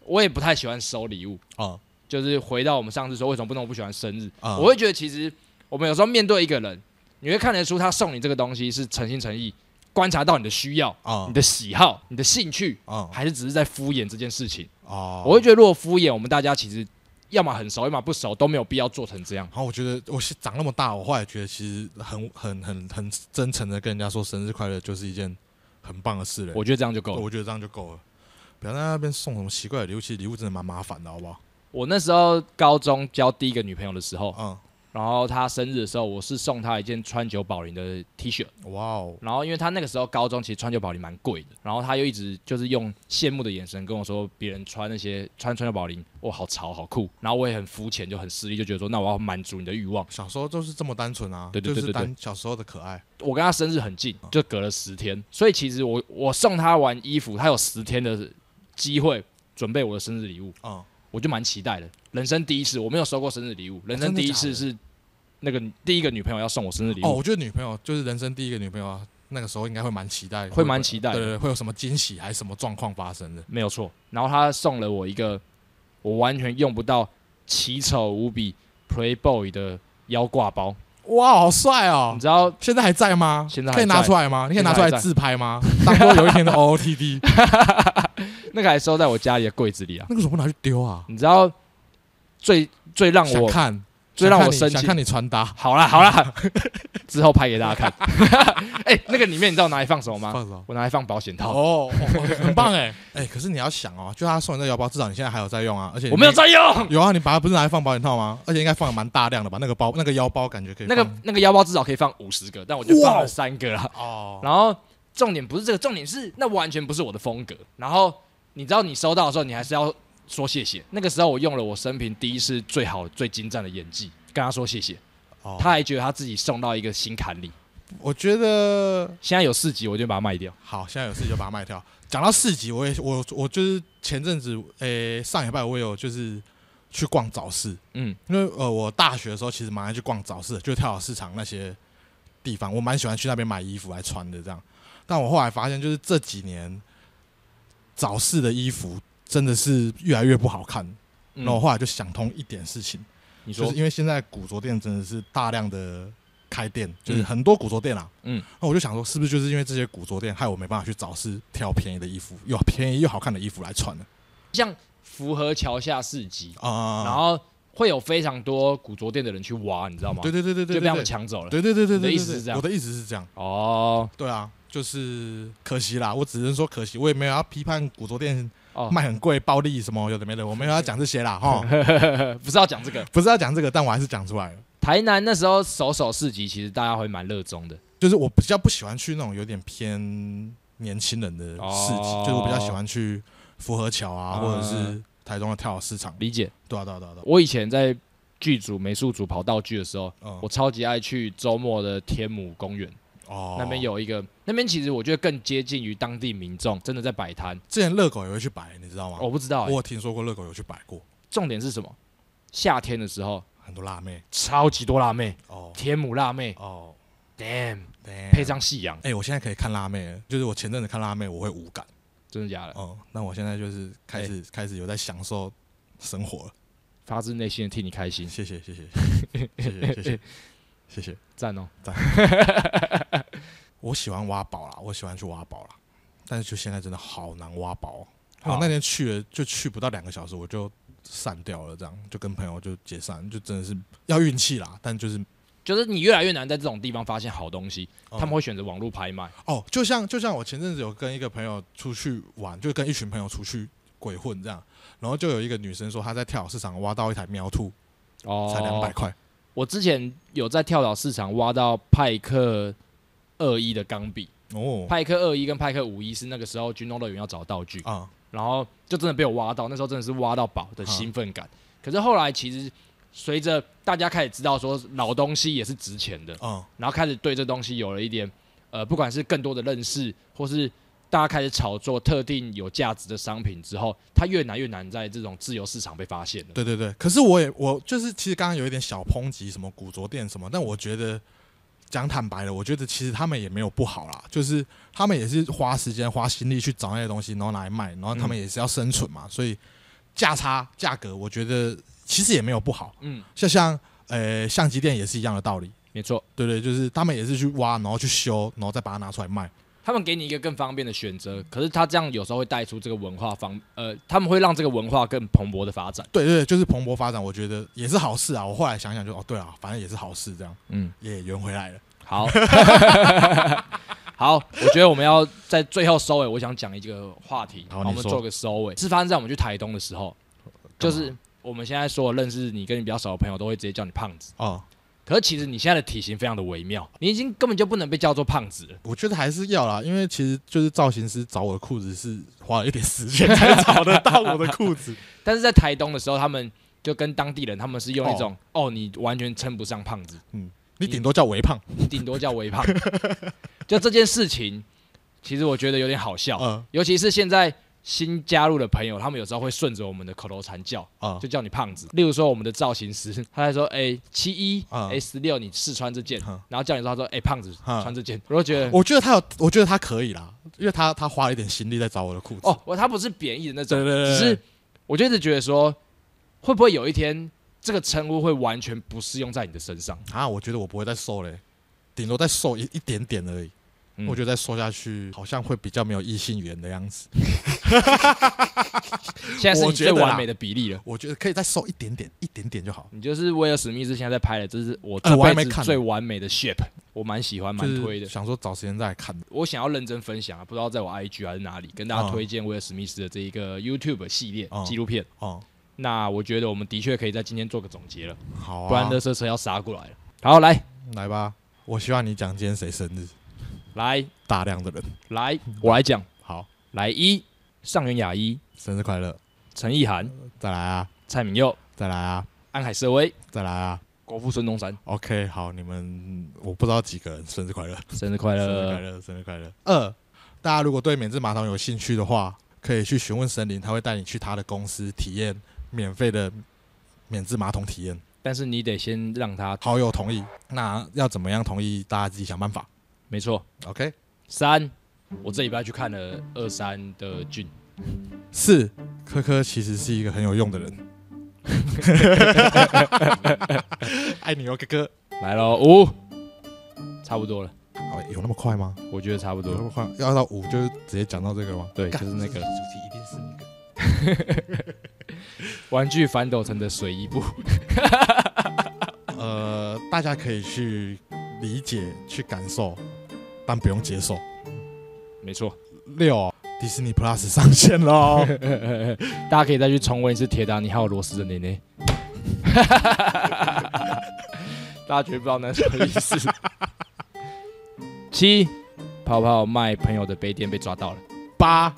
Speaker 1: 我也不太喜欢收礼物，
Speaker 2: 啊、
Speaker 1: 就是回到我们上次说为什么不能我不喜欢生日，
Speaker 2: 啊
Speaker 1: 哦我会觉得其实我们有时候面对一个人，你会看得出他送你这个东西是诚心诚意，观察到你的需要、
Speaker 2: 啊
Speaker 1: 你的喜好、你的兴趣，
Speaker 2: 啊
Speaker 1: 还是只是在敷衍这件事情。
Speaker 2: 哦
Speaker 1: 我会觉得，如果敷衍，我们大家其实要么很熟，要么不熟，都没有必要做成这样。
Speaker 2: 然后我觉得我是长那么大，我后来觉得其实很很很很真诚的跟人家说生日快乐就是一件很棒的事了。
Speaker 1: 我觉得这样就够
Speaker 2: 对
Speaker 1: 了。
Speaker 2: 我觉得这样就够了，不要在那边送什么奇怪的礼物，其实礼物真的蛮麻烦的，好不好？
Speaker 1: 我那时候高中交第一个女朋友的时候，
Speaker 2: 嗯，
Speaker 1: 然后她生日的时候，我是送她一件川久保玲的 T 恤。
Speaker 2: 哇哦，
Speaker 1: 然后因为她那个时候高中其实川久保玲蛮贵的，然后她又一直就是用羡慕的眼神跟我说别人穿那些穿川久保玲，哇，好潮好酷。然后我也很肤浅，就很势利，就觉得说那我要满足你的欲望。
Speaker 2: 小时候就是这么单纯啊，
Speaker 1: 对对对
Speaker 2: 就
Speaker 1: 对对
Speaker 2: 是单小时候的可爱。
Speaker 1: 我跟她生日很近，就隔了十天，所以其实我我送她完衣服，她有十天的机会准备我的生日礼物。
Speaker 2: 嗯，
Speaker 1: 我就蛮期待的。人生第一次，我没有收过生日礼物，人生第一次
Speaker 2: 真的假
Speaker 1: 是那个第一个女朋友要送我生日礼
Speaker 2: 哦，
Speaker 1: 物，
Speaker 2: 我觉得女朋友就是人生第一个女朋友啊，那个时候应该会蛮期待，
Speaker 1: 会蛮期待
Speaker 2: 对
Speaker 1: 的，
Speaker 2: 对，会有什么惊喜还是什么状况发生的？
Speaker 1: 没有错。然后她送了我一个我完全用不到、奇丑无比 Playboy 的腰挂包，
Speaker 2: 哇，好帅哦
Speaker 1: 你！知道？ <laughs>
Speaker 2: 现在还在吗？
Speaker 1: 现在还
Speaker 2: 可以拿
Speaker 1: 在
Speaker 2: 出来吗？你可以拿出
Speaker 1: 现
Speaker 2: 来
Speaker 1: 在还在
Speaker 2: 自拍吗？当做有一天的 OOTD，
Speaker 1: 那个还收在我家里的柜子里啊。
Speaker 2: <laughs> 那个怎么不拿去丢啊？
Speaker 1: 你知道最最让
Speaker 2: 想
Speaker 1: 我
Speaker 2: 看，
Speaker 1: 最让
Speaker 2: 想看
Speaker 1: 我
Speaker 2: 你
Speaker 1: 生
Speaker 2: 想
Speaker 1: 气
Speaker 2: 看你穿
Speaker 1: <laughs>
Speaker 2: 搭，
Speaker 1: 好啦好啦，之后拍给大家看。 <laughs> 哎、那个里面你知道拿来放什么吗？
Speaker 2: 放手。
Speaker 1: 我拿来放保险套，
Speaker 2: 哦哦，哦很棒哎哎，可是你要想哦，就他送你这个腰包，至少你现在还有在用啊，而且
Speaker 1: 我没有
Speaker 2: 在
Speaker 1: 在用。
Speaker 2: 有啊，你把它不是拿来放保险套吗？而且应该放的蛮大量的吧？那个包那个腰包感觉可以
Speaker 1: 那个
Speaker 2: 放
Speaker 1: 那个腰包至少可以放五十个，但我就放
Speaker 2: 哇
Speaker 1: 了三个啦。
Speaker 2: 哦，
Speaker 1: 然后重点不是这个，重点是那完全不是我的风格。然后你知道你收到的时候，你还是要说谢谢。那个时候我用了我生平第一次最好最精湛的演技，跟他说谢谢。
Speaker 2: 哦
Speaker 1: 他还觉得他自己送到一个心坎里。
Speaker 2: 我觉得
Speaker 1: 现在有四集，我就把它卖掉。
Speaker 2: 好，现在有事就把它卖掉。讲到市集，我也我我就是前阵子诶上礼拜我也有就是去逛早市，
Speaker 1: 嗯，
Speaker 2: 因为呃，我大学的时候其实蛮爱去逛早市的，就是跳蚤市场那些地方，我蛮喜欢去那边买衣服来穿的这样。但我后来发现，就是这几年早市的衣服真的是越来越不好看。
Speaker 1: 嗯
Speaker 2: 然后我后来就想通一点事情，
Speaker 1: 你
Speaker 2: 就
Speaker 1: 说
Speaker 2: 是因为现在古着店真的是大量的开店，就是
Speaker 1: 嗯
Speaker 2: 很多古着店啊。
Speaker 1: 嗯，
Speaker 2: 那我就想说，是不是就是因为这些古着店，害我没办法去找是挑便宜的衣服，又便宜又好看的衣服来穿了
Speaker 1: 像符合桥下市集，
Speaker 2: 啊啊？
Speaker 1: 然后会有非常多古着店的人去挖，你知道吗？
Speaker 2: 对对对对对，
Speaker 1: 就被他
Speaker 2: 对
Speaker 1: 们抢走了。
Speaker 2: 对对对对
Speaker 1: 你的
Speaker 2: 对，
Speaker 1: 意思
Speaker 2: 对
Speaker 1: 是这样
Speaker 2: 我的意思是这样。
Speaker 1: 哦
Speaker 2: 对啊，就是可惜啦，我只能说可惜，我也没有要批判古着店
Speaker 1: 哦，
Speaker 2: 卖很贵、暴利什么有的没的，我没有要讲
Speaker 1: <laughs>
Speaker 2: 这些啦，哈，
Speaker 1: 不是要讲这个。
Speaker 2: 不是要讲这个，但我还是讲出来了。
Speaker 1: 台南那时候首首市集，其实大家会蛮热衷的。
Speaker 2: 就是我比较不喜欢去那种有点偏年轻人的市集，
Speaker 1: 哦
Speaker 2: 就是我比较喜欢去福和桥啊，
Speaker 1: 嗯
Speaker 2: 或者是台中的跳蚤市场。
Speaker 1: 理解。
Speaker 2: 对啊，对啊，对啊，对啊
Speaker 1: 我以前在剧组、美术组跑道具的时候，
Speaker 2: 嗯
Speaker 1: 我超级爱去周末的天母公园，
Speaker 2: 哦，
Speaker 1: 那边有一个，那边其实我觉得更接近于当地民众，真的在摆摊。
Speaker 2: 之前热狗也会去摆，你知道吗？
Speaker 1: 我不知道、
Speaker 2: 哦我
Speaker 1: 欸，
Speaker 2: 有听说过热狗有去摆过，
Speaker 1: 重点是什么？夏天的时候，
Speaker 2: 很多辣妹
Speaker 1: 超级多辣妹，
Speaker 2: 哦
Speaker 1: 天母辣妹
Speaker 2: 哦，
Speaker 1: ，damn，配
Speaker 2: 配
Speaker 1: 上夕阳，
Speaker 2: 哎、我现在可以看辣妹了，就是我前阵子看辣妹，我会无感。
Speaker 1: 真的假的？
Speaker 2: 哦，那我现在就是开始、开始有在享受生活了。
Speaker 1: 发自内心的替你开心，
Speaker 2: 谢谢谢谢谢谢谢谢谢谢，
Speaker 1: 赞哦！
Speaker 2: 我喜欢挖宝啦，我喜欢去挖宝啦，但是就现在真的好难挖宝、哦。
Speaker 1: 好
Speaker 2: 我那天去了就去不到两个小时，我就散掉了，这样就跟朋友就解散，就真的是要运气啦。但就是、
Speaker 1: 就是你越来越难在这种地方发现好东西，
Speaker 2: 哦
Speaker 1: 他们会选择网络拍卖。
Speaker 2: 哦，就像就像我前阵子有跟一个朋友出去玩，就跟一群朋友出去鬼混这样，然后就有一个女生说她在跳蚤市场挖到一台喵兔，
Speaker 1: 哦，
Speaker 2: 才两百。块。
Speaker 1: 我之前有在跳蚤市场挖到派克二一的钢笔，
Speaker 2: 哦，
Speaker 1: 派克二一跟派克五一是那个时候军中乐园要找道具，
Speaker 2: 啊、
Speaker 1: 然后就真的被我挖到，那时候真的是挖到宝的
Speaker 2: 嗯
Speaker 1: 兴奋感。可是后来其实随着大家开始知道说老东西也是值钱的，
Speaker 2: 嗯，
Speaker 1: 然后开始对这东西有了一点呃，不管是更多的认识，或是大家开始炒作特定有价值的商品之后，它越来越难在这种自由市场被发现了。
Speaker 2: 对对对。可是我也我就是其实刚刚有一点小抨击什么古着店什么，但我觉得讲坦白了，我觉得其实他们也没有不好啦，就是他们也是花时间花心力去找那些东西，然后拿来卖，然后他们也是要生存嘛，所以价差价格我觉得其实也没有不好。
Speaker 1: 嗯，
Speaker 2: 就像呃相机店也是一样的道理，
Speaker 1: 没错，
Speaker 2: 对对，就是他们也是去挖，然后去修，然后再把它拿出来卖。
Speaker 1: 他们给你一个更方便的选择，可是他这样有时候会带出这个文化方呃，他们会让这个文化更蓬勃的发展。
Speaker 2: 对对对，就是蓬勃发展，我觉得也是好事啊。我后来想想就哦，对啊，反正也是好事，这样
Speaker 1: 嗯，
Speaker 2: 也圆回来了。
Speaker 1: 好， <laughs> 好，我觉得我们要在最后收尾，我想讲一个话题，
Speaker 2: 好
Speaker 1: 我
Speaker 2: 你
Speaker 1: 们
Speaker 2: 说
Speaker 1: 做个收尾。是发生在我们去台东的时候，就是我们现在所有认识你跟你比较熟的朋友都会直接叫你胖子。
Speaker 2: 哦，
Speaker 1: 可是其实你现在的体型非常的微妙，你已经根本就不能被叫做胖子了。
Speaker 2: 我觉得还是要啦，因为其实就是造型师找我的裤子是花了一点时间 <laughs> 才找得到我的裤子。
Speaker 1: 但是在台东的时候，他们就跟当地人，他们是用一种哦你完全称不上胖子，
Speaker 2: 你顶多叫微胖，
Speaker 1: 你顶多叫微胖。就这件事情，其实我觉得有点好笑，
Speaker 2: 嗯
Speaker 1: 尤其是现在新加入的朋友，他们有时候会顺着我们的口头禅叫，
Speaker 2: 啊
Speaker 1: 就叫你胖子。例如说，我们的造型师，他在说：“哎、七一，
Speaker 2: 嗯
Speaker 1: 哎，十六，你试穿这件。
Speaker 2: 嗯
Speaker 1: 然后叫你说，他说：“哎、胖子，
Speaker 2: 嗯
Speaker 1: 穿这件。”我就觉得，哦
Speaker 2: 我觉得他有，我觉得他可以啦，因为他他花了一点心力在找我的裤子。
Speaker 1: 哦，我他不是贬义的那种，
Speaker 2: 对对对
Speaker 1: 只是
Speaker 2: 对
Speaker 1: 我就一直觉得说，会不会有一天这个称呼会完全不适用在你的身上？
Speaker 2: 啊，我觉得我不会再瘦嘞，顶多再瘦一一点点而已。
Speaker 1: 嗯
Speaker 2: 我觉得再瘦下去好像会比较没有异性缘的样子。
Speaker 1: 现在是你
Speaker 2: 我觉得
Speaker 1: 最
Speaker 2: 啦
Speaker 1: 完美的比例了。
Speaker 2: 我觉得可以再瘦一点点，一点点就好。
Speaker 1: 你就是威尔史密斯现在在拍的，这是我
Speaker 2: 呃
Speaker 1: 这
Speaker 2: 我还
Speaker 1: 辈
Speaker 2: 没
Speaker 1: 子
Speaker 2: 看
Speaker 1: 最完美的 shape，我蛮喜欢，蛮
Speaker 2: 就是
Speaker 1: 推的。
Speaker 2: 想说找时间再来看。
Speaker 1: 我想要认真分享啊，不知道在我 IG 还是哪里，跟大家
Speaker 2: 嗯
Speaker 1: 推荐威尔史密斯的这一个 YouTube 系列
Speaker 2: 嗯
Speaker 1: 纪录片。
Speaker 2: 哦、
Speaker 1: 那我觉得我们的确可以在今天做个总结了，
Speaker 2: 好啊，
Speaker 1: 不然乐色车要杀过来了。好，来
Speaker 2: 来吧。我希望你讲今天谁生日，
Speaker 1: 来
Speaker 2: 大量的人。
Speaker 1: 来，我来讲，
Speaker 2: 好，
Speaker 1: 来一上元雅一、
Speaker 2: 生日快乐！
Speaker 1: 陈意涵、
Speaker 2: 再来啊，
Speaker 1: 蔡敏佑、
Speaker 2: 再来啊，
Speaker 1: 安海瑟薇、
Speaker 2: 再来啊。
Speaker 1: 国父孙中山，
Speaker 2: OK，好，你们我不知道几个人，生日快乐，
Speaker 1: 生日快
Speaker 2: 生日快
Speaker 1: 乐！
Speaker 2: 乐，生日快乐。二，大家如果对免治马桶有兴趣的话，可以去询问森林，他会带你去他的公司体验免费的免治马桶体验。
Speaker 1: 但是你得先让他，
Speaker 2: 好友同意，那要怎么样同意？大家自己想办法。
Speaker 1: 没错。
Speaker 2: OK，
Speaker 1: 三，我这礼拜去看了二三的俊，
Speaker 2: 四，科科其实是一个很有用的人。爱你哦，哥哥。
Speaker 1: 来喽，五，差不多了，
Speaker 2: 好，哦有那么快吗？
Speaker 1: 我觉得差不
Speaker 2: 有那
Speaker 1: 多。
Speaker 2: 么快？要到五就是直接讲到这个了吗？
Speaker 1: 对，
Speaker 2: 干
Speaker 1: 就是那个
Speaker 2: 这主题一定是那个。
Speaker 1: 玩具反斗城的水一部， <laughs>
Speaker 2: 呃，大家可以去理解、去感受，但不用接受。
Speaker 1: 没错。
Speaker 2: 六，迪士尼 Plus 上线
Speaker 1: <laughs>
Speaker 2: 喽！
Speaker 1: 大家可以再去重温一次《铁达尼号》罗斯的奶奶。 <laughs> 大家绝不知道那是什么意思。七，泡泡卖朋友的杯垫被抓到了。
Speaker 2: 八，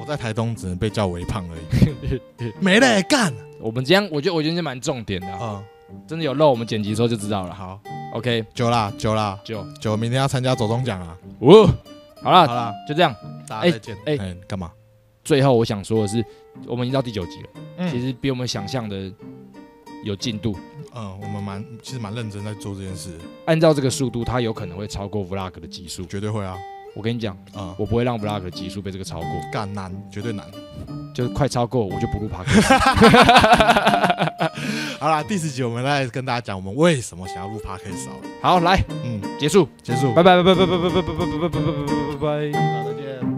Speaker 2: 我在台东只能被叫微胖而已，
Speaker 1: <laughs>
Speaker 2: 没了干
Speaker 1: 我们这样，我觉得我觉得这蛮重点的啊、
Speaker 2: 啊、
Speaker 1: 真的有漏，我们剪辑的时候就知道
Speaker 2: 嗯！
Speaker 1: 了。
Speaker 2: 好，
Speaker 1: OK，
Speaker 2: 九啦，九啦，
Speaker 1: 就
Speaker 2: 九，明天要参加走中奖啊！
Speaker 1: 五，好
Speaker 2: 好
Speaker 1: 了，
Speaker 2: 啦，
Speaker 1: 就这样。
Speaker 2: 大家再见。
Speaker 1: 啊哎
Speaker 2: 哎、干嘛？
Speaker 1: 最后我想说的是，我们已经到第九集了，
Speaker 2: 嗯
Speaker 1: 其实比我们想象的有进度。
Speaker 2: 嗯，我们蛮其实蛮认真在做这件事，
Speaker 1: 按照这个速度，它有可能会超过 Vlog 的集数。
Speaker 2: 绝对会啊！
Speaker 1: 我跟你讲，
Speaker 2: 啊、
Speaker 1: 我不会让 Vlog 的集数被这个超过。
Speaker 2: 干难，绝对难。
Speaker 1: 就是快超过我就不录 podcast。 <laughs>
Speaker 2: 好啦，第十集我们来跟大家讲我们为什么想要录 Podcast
Speaker 1: 好，
Speaker 2: 好了。
Speaker 1: 来
Speaker 2: 嗯，
Speaker 1: 结束，
Speaker 2: 结束，
Speaker 1: 拜拜拜拜拜拜拜拜拜拜拜拜拜拜拜拜。
Speaker 2: 大家再见。